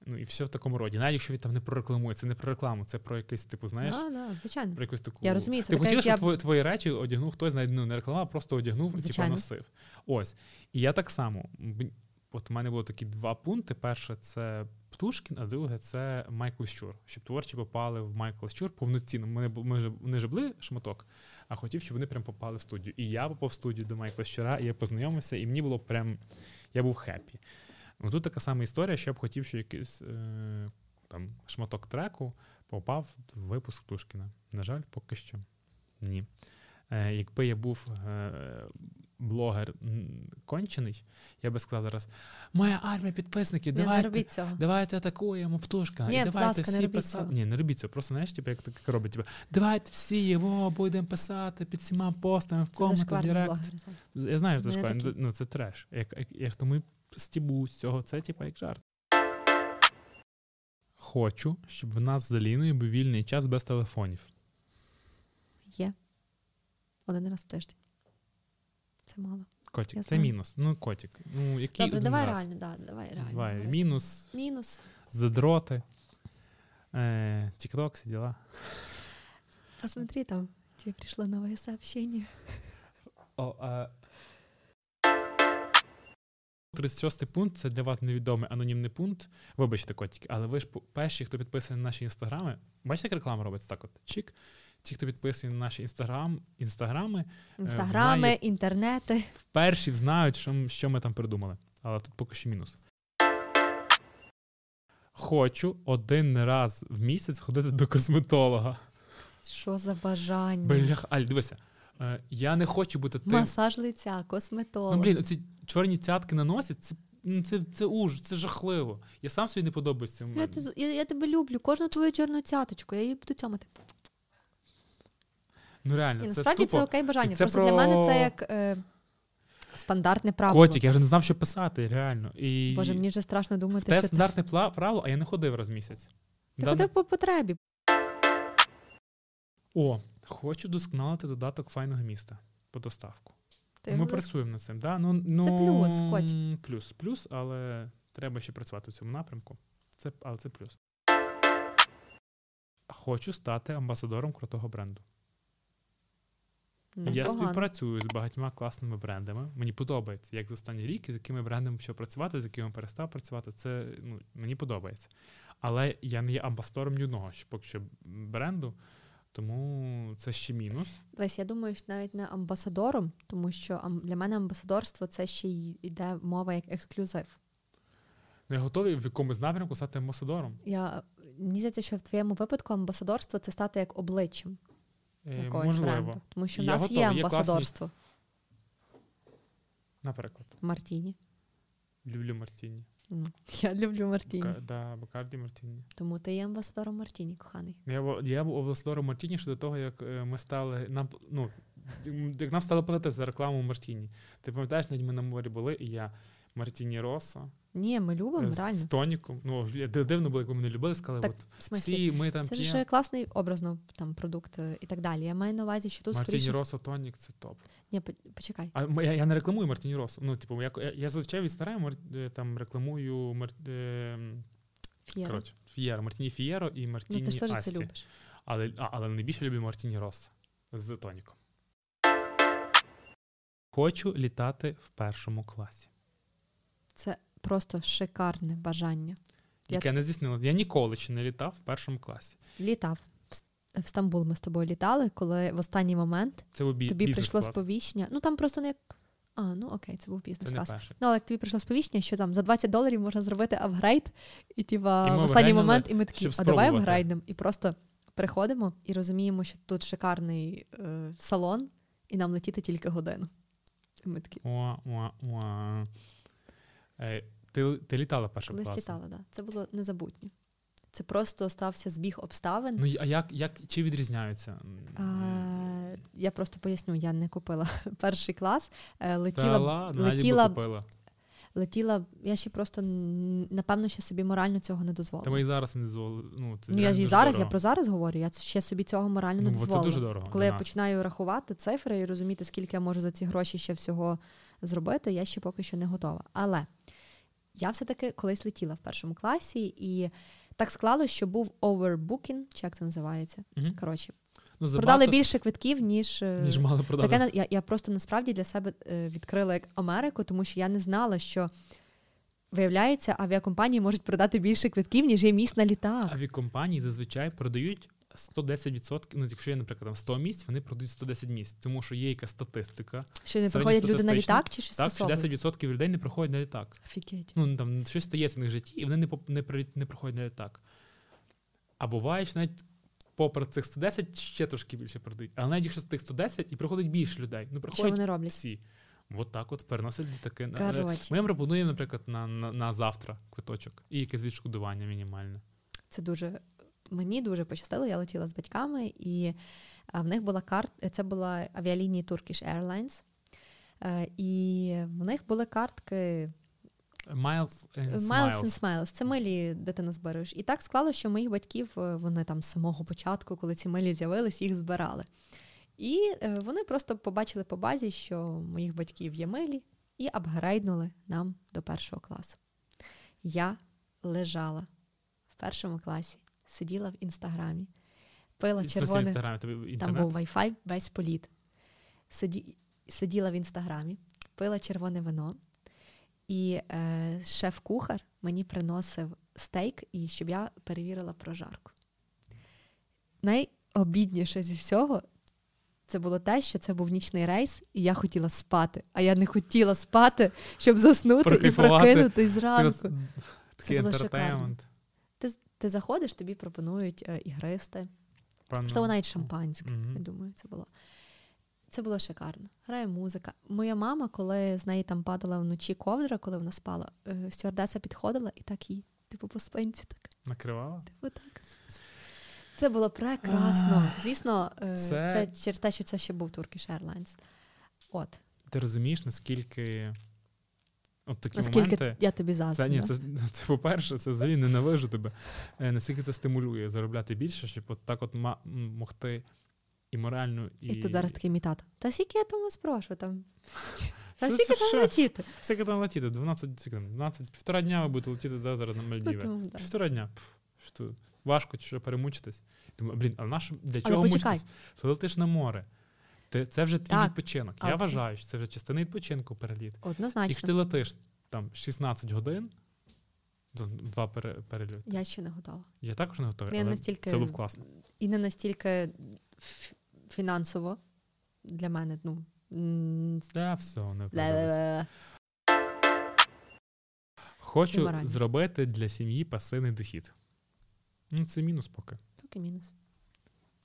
Ну і все в такому роді. Навіть якщо він там не прорекламує, це не про рекламу, це про якийсь типу, знаєш, Да, да, звичайно. про якусь таку. Я розумію, це Ти таке, хотіла, як щоб я- твої, твої речі одягнув хтось навіть ну, не реклама, а просто одягнув і типу, Звичайно. носив. Ось. І я так само. М, От у мене було такі два пункти. Перше це Птушкін, а друге це Майкл Щур. Щоб творчі попали в Майкл Щур повноцінно. Ми, ми, ж- вони ж були шматок, а хотів, щоб вони прям попали в студію. І я попав в студію до Майкла Щура, і я познайомився, і мені було прям. Я був хеппі. Ну тут така сама історія, що я б хотів, що якийсь е, там шматок треку попав в випуск Птушкіна. На жаль, поки що ні. Е, якби я був е, блогер м, кончений, я би сказав зараз: моя армія підписників, Ні, не давайте, робіть цього. давайте атакуємо птушка. Ні, і будь давайте ласка, не всі робіть писа-» цього. Ні, не робіть цього. Просто знаєш, типу, як так робить. Типу, давайте всі його будемо писати під всіма постами в Це коментах, в зашкварний директ. блогер. Зай. Я знаю, Ми що це такі. ну це треш. Як, як, я ж тому і стібу з цього, це типа як жарт. Хочу, щоб в нас з Аліною був вільний час без телефонів. Є. Один раз в тиждень. Це мало. Котік, Я це знаю. мінус. Ну, котік. Ну, який Добре, один давай раз? реально, да, давай реально. Давай. говори. Мінус, Мінус. задроти, е, тік-ток, всі діла. Посмотри там, тебе прийшло нове сообщення. О, 36 пункт це для вас невідомий анонімний пункт. Вибачте, котики, але ви ж пу- перші, хто підписаний на наші інстаграми. Бачите, як реклама робиться так от. Чик. Ті, хто підписаний на наші інстаграм, інстаграми, Інстаграми, Е, знає- інтернети. вперші знають, що, м- що ми там придумали. Але тут поки що мінус. Хочу один раз в місяць ходити до косметолога. Що за бажання? Блях, Аль, дивися. е, Я не хочу бути тим, Масаж лиця, косметолог. Ну, блін, оці чорні цятки на носі, це, ну, це, це уж, це жахливо. Я сам собі не подобаюся. цим. я, ти- я, я тебе люблю, кожну твою чорну цяточку, я її буду тямати. Ну реально, Ні, це насправді тупо. це окей бажання. І це Просто про- для мене це як е, стандартне правило. Котик, я вже не знав, що писати, реально. І Боже, мені вже страшно в думати, те що ти, стандартне пла- правило, а я не ходив раз в місяць. ти Да, ходив по потребі. О, хочу досконалити додаток файного міста по доставку. Ти Ми його- працюємо над цим. Да? Ну, ну, плюс, котик. Плюс, плюс, але треба ще працювати в цьому напрямку. Це, але це плюс. Хочу стати амбасадором крутого бренду. Ну, Я погано. співпрацюю з багатьма класними брендами. Мені подобається, як за останні рік, з якими брендами почав працювати, з якими перестав працювати. Це ну, мені подобається. Але я не є амбасадором ні одного ще поки що бренду, тому це ще мінус. Весь, я думаю, що навіть не амбасадором, тому що ам- для мене амбасадорство це ще й йде мова як ексклюзив. Ну, Я готовий в якомусь напрямку стати амбасадором. Я мені здається, що в твоєму випадку амбасадорство це стати як обличчям. Е, якогось Можливо, бренду. Тому що в Я нас готовий, є є класний- амбасадорство наприклад. Мартіні. Люблю Мартіні. Ну, [LAUGHS] Я люблю Мартіні. Ка- Да, Бакарді Мартіні. Тому ти є амбасадором Мартіні, коханий. Я, бу- я був обласнором Мартіні ще до того, як е, ми стали нам ну як нам стали платити за рекламу Мартіні. Ти пам'ятаєш, навіть ми на морі були, і я Мартіні Росо Ні, ми е, любимо, з, з реально. тоніком. Ну я- ди- дивно було, якби мене любили, сказали, Так, от в смислі, всі ми там це п'ємо. ж класний образно там продукт е, і так далі. Я маю на увазі, що тут Мартіні скоріше. Росо тонік це топ. Ні, по- почекай. А м- я, я не рекламую Мартіні Росо. Ну, типу, я, я, я зазвичай відстараю мар- е, там рекламую мар, е, м, Фієро. коротше, Фієро, Мартіні Фієро і Ну Мартіні ти ж теж це Асті. любиш. Але, а, але найбільше люблю Мартіні Рос з тоніком. Хочу літати в першому класі. Це просто шикарне бажання. Я- Яке не здійснило. Я ніколи ще не літав в першому класі. Літав. В С- В Стамбул ми з тобою літали, коли в останній момент Це був бі- тобі бізнес прийшло клас. сповіщення. Ну там просто не як. А, ну окей, це був Це не бізнес-клас. перший. Ну, але тобі прийшло сповіщення, що там за 20 доларів можна зробити апгрейд, і І тіва ми в останній апгрейднули, момент, і ми такі, щоб а давай спробувати». апгрейднемо. І просто приходимо і розуміємо, що тут шикарний е, салон, і нам летіти тільки годину. І ми такі Уа, уа, уа. Е, ти, ти літала першим колись класом? літали, да. Це було незабутнє. Це просто стався збіг обставин. Ну, а як, як чи відрізняються? Е, я просто поясню, я не купила [LAUGHS] перший клас. Е, Та летіла, ладно, Наді би летіла- купила. летіла. Я ще просто м, напевно ще собі морально цього не Та ми дозволила. і зараз не дозволили. Ну, це Ну я реально ж і дуже зараз, я дорого. про зараз говорю. Я ще собі цього морально не Ну, бо дозволила. Це дуже дорого. Коли для я нас. починаю рахувати цифри і розуміти, скільки я можу за ці гроші ще всього зробити, я ще поки що не готова. Але я все-таки колись летіла в першому класі, і так склалося, що був overbooking, чи як це називається. Мгм. Коротше, Ну, продали забагато, більше квитків, ніж, е, ніж мали продати. Таке на- я, я просто насправді для себе е, відкрила як Америку, тому що я не знала, що виявляється, авіакомпанії можуть продати більше квитків, ніж є місць на літак. авіакомпанії зазвичай продають 110%, ну якщо є, наприклад, там 100 місць, вони продають 110 місць, тому що є якась статистика. Що не приходять люди на середньостатистично, літак чи щось Так, що скасовують? 10% людей не проходять на літак. Офігеть. Ну там щось стається в них в житті, і вони не, поп- не, при- не проходять на літак. А буває, що навіть попри цих 110 ще трошки більше продають. Але навіть якщо з тих 110 і приходить більше людей, ну Що приходять вони роблять? всі. От так от переносять літаки. на- е, Коротше. Ми їм пропонуємо, наприклад, на, на, на завтра квиточок і якесь відшкодування мінімальне. Це дуже мені дуже пощастило. Я летіла з батьками, і а, в них була карт. е, Це була авіалінія Turkish Airlines. Е, І в них були картки Miles and Е, Miles Smiles. and Smiles. Це милі, де ти назбираєш. І так склало, що моїх батьків е, вони там з самого початку, коли ці милі з'явились, їх збирали. І е, вони просто побачили по базі, що моїх батьків є милі, і апгрейднули нам до першого класу. Я лежала в першому класі, сиділа в інстаграмі, пила Це все в червоне. інстаграмі, тобі Там інтернет. був Wi-Fi, весь політ. Сиді... Сиділа в інстаграмі, пила червоне вино, і е, шеф-кухар мені приносив стейк, і щоб я перевірила прожарку. Найобідніше зі всього це було те, що це був нічний рейс, і я хотіла спати. А я не хотіла спати, щоб заснути і Прокайфувати. прокинутись Ти от- зранку. Такий було шикарно. ентертеймент. Ти, ти заходиш, тобі пропонують е, ігристи, Пан- можливо, навіть шампанське. Мгм. Я думаю, це було. Це було шикарно. Грає музика. Моя мама, коли з неї там падала вночі ковдра, коли вона спала, е, стюардеса підходила і так їй, типу, по спинці, так, Накривала? типу, так. Це було прекрасно. Звісно, е, Це- це через те, що це ще був Turkish Airlines. От, Ти розумієш, наскільки от такі наскільки моменти. я тобі заздрю. ну. Це, ні, да. це, це по-перше, це взагалі ненавижу тебе. Е, Наскільки це стимулює заробляти більше, щоб от так от ма- м, могти і морально, і. І тут зараз такий мій тато. Та скільки я тому спрошу там? Та Що скільки це ще? там летіти? Скільки там летіти? 12, скільки там, 12, півтора дня ви будете летіти да, зараз на Ну, Мальдіви. тому, да. Півтора дня. Пф, Що, важко чи що перемучитись. Думаю, блін, а наш для чого почекай. мучитись? Ти летиш на море. Ти, це вже твій Так. відпочинок. Але Я ти- вважаю, що це вже частина відпочинку переліт. Якщо ти Однозначно, летиш там 16 годин, за два пере- перельоти. я ще не готова. Я також не готовий, Я але настільки- це був класно. і не настільки ф- фінансово для мене. Ну, м, Та все, не вподобається. ле-ле-ле. І Хочу морально. зробити для сім'ї пасивний дохід. Ну, це мінус поки. поки мінус.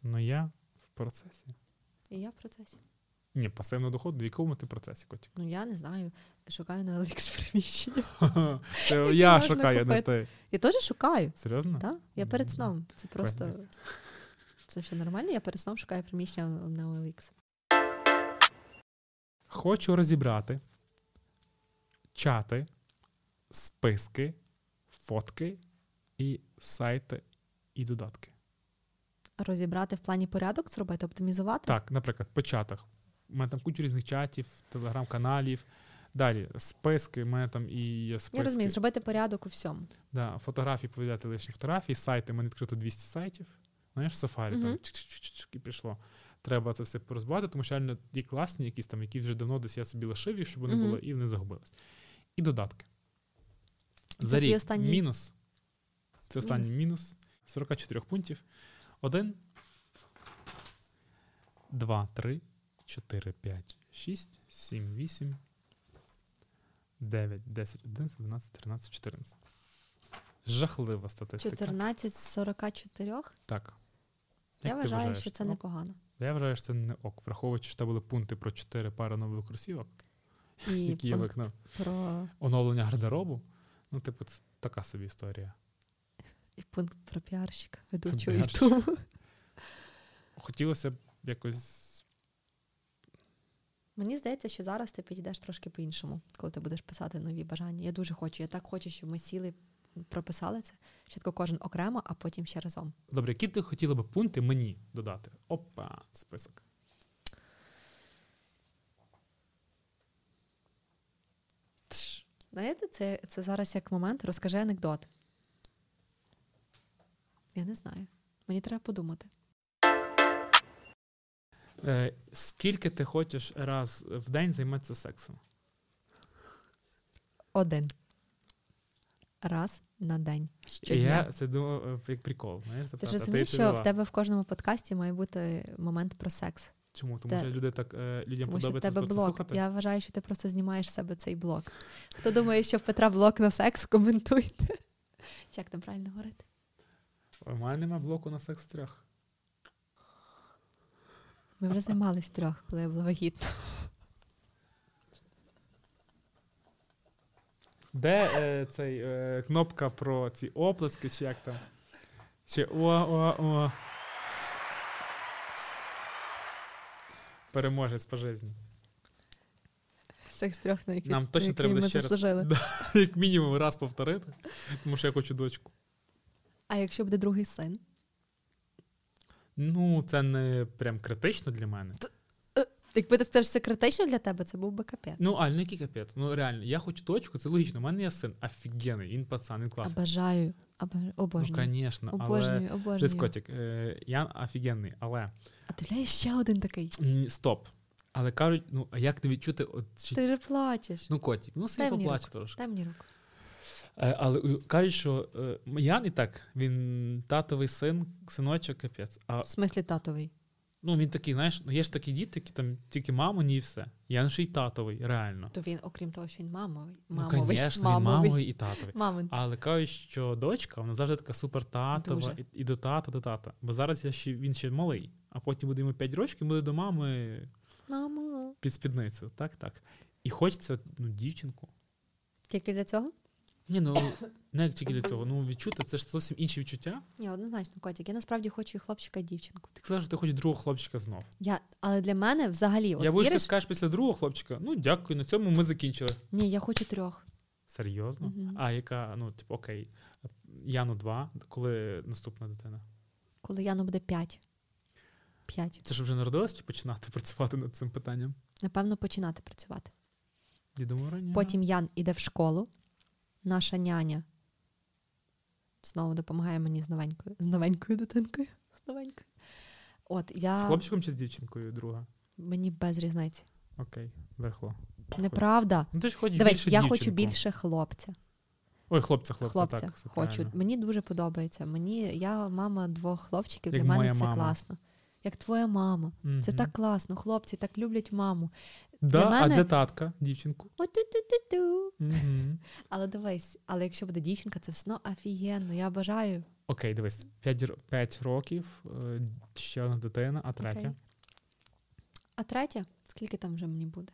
Ну я процесі. І я в процесі. Ні, пасивного доходу, в якому ти процесі, [LAUGHS] котик? Ну я не знаю, шукаю на Олекс приміщення. Це можна я шукаю, не ти. Я теж шукаю. Серйозно? Так? Я перед Мгм. сном. Це просто. Це все нормально, я перед сном шукаю приміщення на OLX. Хочу розібрати чати, списки, фотки і сайти і додатки. Розібрати в плані порядок, зробити, оптимізувати. Так, наприклад, по чатах. У мене там куча різних чатів, телеграм-каналів. Далі списки, у мене там і є списки. Я розумію, зробити порядок у всьому. Да, фотографії, повідати лишні фотографії, сайти, у мене відкрито 200 сайтів. Знаєш, в Safari там Мгм. чик-чик-чик-чик і прийшло. Треба це все порозбивати, тому що реально є класні якісь там, які вже давно десь я собі лишив, і щоб вони Мгм. були, і вони загубились. І додатки. Це За твій рік останній- мінус. Це останній Мінус. мінус. 44 пунктів. 1, 2, 3, 4, 5, 6, 7, 8, 9, 10, 11, 12, 13, 14. Жахлива статистика. 14 з 44. Так. я ти вважаю, вважаєш, ну? що це ок? непогано. Я вважаю, що це не ок, враховуючи, що там були пункти про 4 пари нових кросівок, І які я пункт виконав. про Оновлення гардеробу. Ну, типу, це така собі історія. і пункт про піарщика, ведучого піарщика. Ютубу. Хотілося б якось. Мені здається, що зараз ти підійдеш трошки по-іншому, коли ти будеш писати нові бажання. Я дуже хочу, я так хочу, щоб ми сіли, прописали це. Щодо кожен окремо, а потім ще разом. Добре, які ти хотіла б пункти мені додати? Опа, список. Тш. Знаєте, це, це зараз як момент. Розкажи анекдот. Я не знаю. Мені треба подумати. Е, скільки ти хочеш раз в день займатися сексом? Один. Раз на день. Щодня. Я це думав е, як прикол. Знаєш, Ти запитати, ж а розумієш, це що в дала. тебе в кожному подкасті має бути момент про секс. Чому? Тому те- що люди так е, людям Тому що в подобається тебе просто блок. слухати. Я вважаю, що ти просто знімаєш з себе цей блок. Хто думає, що в Петра блок на секс, коментуйте. Чи Як там правильно говорити? У мене нема блоку на секс трьох. Ми вже займались трьох, коли я була вагітна. Де е, цей е, кнопка про ці оплески, чи як там? Чи о-о-о. Переможець по житті. Секс трьох на який Нам точно на треба який буде ми ще заслужили. раз. [LAUGHS] Да, як мінімум раз повторити, тому що я хочу дочку. А якщо буде другий син? Ну, це не прям критично для мене. Якби ти сказав, що це критично для тебе, це був би капець. Ну, Аль, ну який капець. Ну реально, я хочу дочку, це логічно. У мене є син офігенний, він пацан, він а класний. бажаю, обожнюю, Ну, обожнюю, звісно, але. обожнюю, обожнюю. Дискотік, е, я офігенний, але А ти гляєш ще один такий. Ні, Стоп. Але кажуть, ну а як не відчути от чи- Ти же плачеш. ну котик, ну собі Дай мені поплач трошки. Дай мені руку. Е, але е, кажуть, що е, м- Ян і так, він татовий син, синочок, капець. А В смислі татовий. ну він такий, знаєш, ну є ж такі діти, які там тільки маму, ні, і все. Ян ще й татовий, реально. То він, окрім того, що він мамовий. ну, Мамовий. звісно, він мамовий. мамовий і татовий. Мамин. Але кажуть, що дочка, вона завжди така супер татова, Дуже. і, і до тата, до тата. Бо зараз я ще він ще малий, а потім буде йому 5 років, і буде до мами Мамо. під спідницю. Так, так. І хочеться ну, дівчинку. Тільки для цього? Ні, ну не як тільки для цього. Ну відчути це ж зовсім інші відчуття. Ні, однозначно, котик. Я насправді хочу і хлопчика, і дівчинку. Ти казав, що ти хочеш другого хлопчика знов. Я, але для мене взагалі, от я боюсь, ти віриш? скажеш після другого хлопчика. Ну дякую, на цьому ми закінчили. Ні, я хочу трьох. Серйозно? Мгм. А яка, ну, типу, окей, Яну два, коли наступна дитина? Коли Яну буде п'ять. П'ять. Це ж вже народилась чи починати [LAUGHS] працювати над цим питанням? Напевно, починати працювати. Я думаю, раніше. Потім Ян іде в школу. Наша няня знову допомагає мені з новенькою, з новенькою дитинкою. З новенькою. От я З хлопчиком чи з дівчинкою друга? мені без різниці. Окей, верхло. Неправда. Ну ти ж хочеш Дивись, більше я дівчинку. хочу більше хлопця. Ой, хлопця, хлопця, Хлопця, так. все хочу. правильно. Мені дуже подобається. Мені я мама двох хлопчиків. Як Для мене моя це мама. класно. Як твоя мама. Це Мгм. так класно. Хлопці так люблять маму. Да, мене- А для татка, дівчинку. Оту-ту-ту-ту. Угу. Але дивись, але якщо буде дівчинка, це все одно офігенно. Я бажаю. Окей, дивись, 5, 5 років, е, ще одна дитина, а третя. Окей. А третя, скільки там вже мені буде?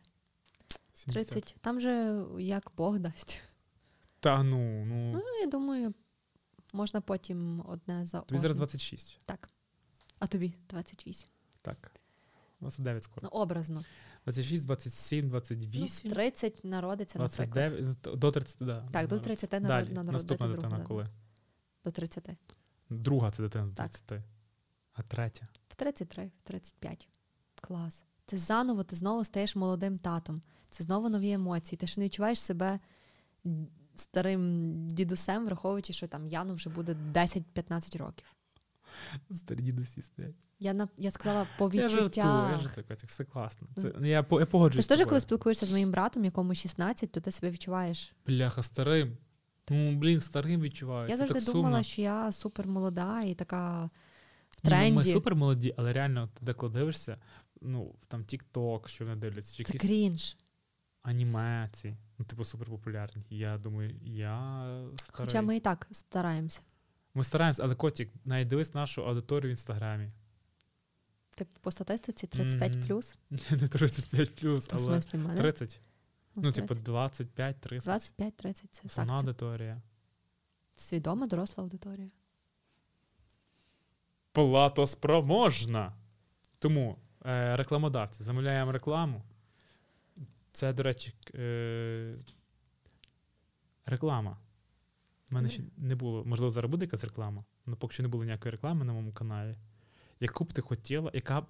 70. 30. Там же як Бог дасть. Та ну, ну. Ну, я думаю, можна потім одне за Тобі зараз одним. 26. Так. А тобі 28. Так. 29 скоро. Ну, образно. 26, 27, 28, Ну, 30 народиться, наприклад. 29, ну, до 30, да. Так, до Зараз. 30 Далі. народ, народити Наступна другу. дитина да. коли? До 30. Друга це дитина до Так. 30. А третя. В 33, в 35. Клас. Це заново, ти знову стаєш молодим татом. Це знову нові емоції. Ти ще не відчуваєш себе старим дідусем, враховуючи, що там Яну вже буде 10-15 років. Старі дідусі стоять. Я на я сказала по Я жартую, я відчуттях. жартую, Катя, все класно. Це, ну, я, по- я погоджуюсь. Ти з ж теж, тобою. коли спілкуєшся з моїм братом, якому 16, то ти себе відчуваєш. Бляха, старим. Ну, блін, старим відчуваю. я це завжди так думала, сумно. що я супер молода і така в Ні, ну, Ми тренді. супер молоді, але реально ти деколи дивишся, ну, в там TikTok, що вони дивляться, чи Це якісь крінж. анімації. Ну, типу, супер популярні. Я думаю, я старий. Хоча ми і так стараємося. Ми стараємось, але котик, навіть дивись нашу аудиторію в інстаграмі. [LAUGHS] Ти Типу, по статистиці 35 Мгм. плюс. Не 35 плюс, Та, в але смислі, в мене? 30. Ну, типу, 30. 25, 30. 25-30 це Основна так. Це аудиторія. свідома доросла аудиторія. Платоспроможна. Тому е, рекламодавці, замовляємо рекламу. Це, до речі, к- е, реклама. У мене ще не було, можливо, зараз буде якась реклама, але поки що не було ніякої реклами на моєму каналі. Яку б ти хотіла, яка б-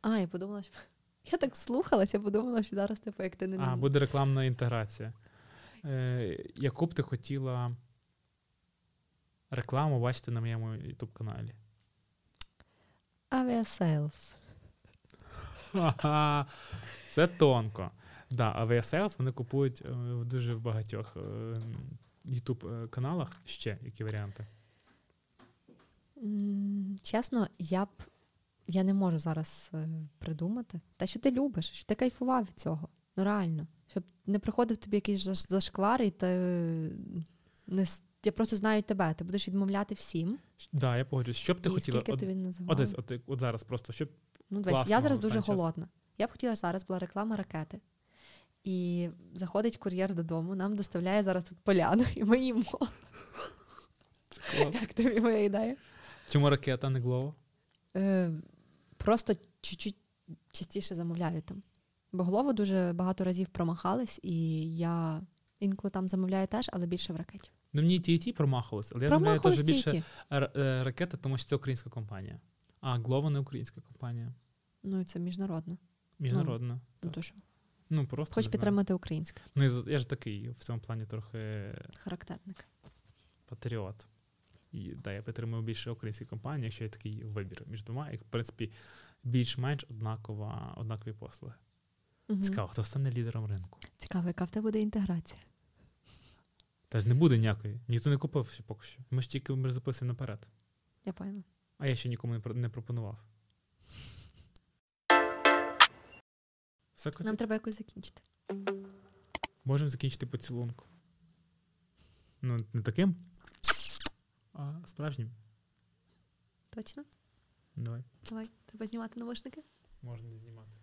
А, я подумала, що [LAUGHS] я так слухалася, подумала, що зараз типу, як ти не а, буде рекламна інтеграція. Е, яку б ти хотіла рекламу бачити на моєму YouTube каналі? авіасейлс. Ха-ха. Це тонко. Да, авіаселс вони купують е, в дуже в багатьох е, Ютуб е, каналах ще які варіанти. М, Чесно, я б я не можу зараз е, придумати. Та що ти любиш, що ти кайфував від цього. Ну реально. Щоб не приходив тобі якийсь заш- зашквар, і ти е, не с- я просто знаю тебе. Ти будеш відмовляти всім. Щ- Да, я погоджуюсь. Що б ти і хотіла? скільки От, тобі називали? от, десь, от, от зараз просто, щоб Ну, дивись, я Класного зараз дуже останнього часу. голодна. Я б хотіла щоб зараз була реклама ракети. І заходить кур'єр додому, нам доставляє зараз тут поляну, [LAUGHS] і ми їмо. це клас. Як тобі моя ідея? Чому ракета не глова? Е, просто чуть-чуть частіше замовляю там. Бо голову дуже багато разів промахались, і я інколи там замовляю теж, але більше в ракеті. Ну мені і ті і ті промахувалися, але я знаю Промахались теж ті і більше ті. р- е, ракети, тому що це українська компанія. А глова не українська компанія. Ну, і це міжнародно. Міжнародна. Ну, Так. то що. Ну просто Хоч не знаю. підтримати українське. Ну я, з- я ж такий в цьому плані трохи Характерник. патріот. І да, я підтримую більше українські компанії, якщо є такий вибір між двома, і в принципі більш-менш однакова, однакові послуги. Мгм. Цікаво, хто стане лідером ринку. Цікаво, яка в тебе буде інтеграція. Та ж Тобто не буде ніякої. Ніхто не купив ще поки що. Ми ж тільки ми записуємо наперед. Я поняла. А я ще нікому не, про- не пропонував. Все, Катя? Нам треба якось закінчити. Можемо закінчити поцілунку. Ну, не таким, а справжнім. Точно? Давай. Давай, треба знімати навушники. Можна не знімати.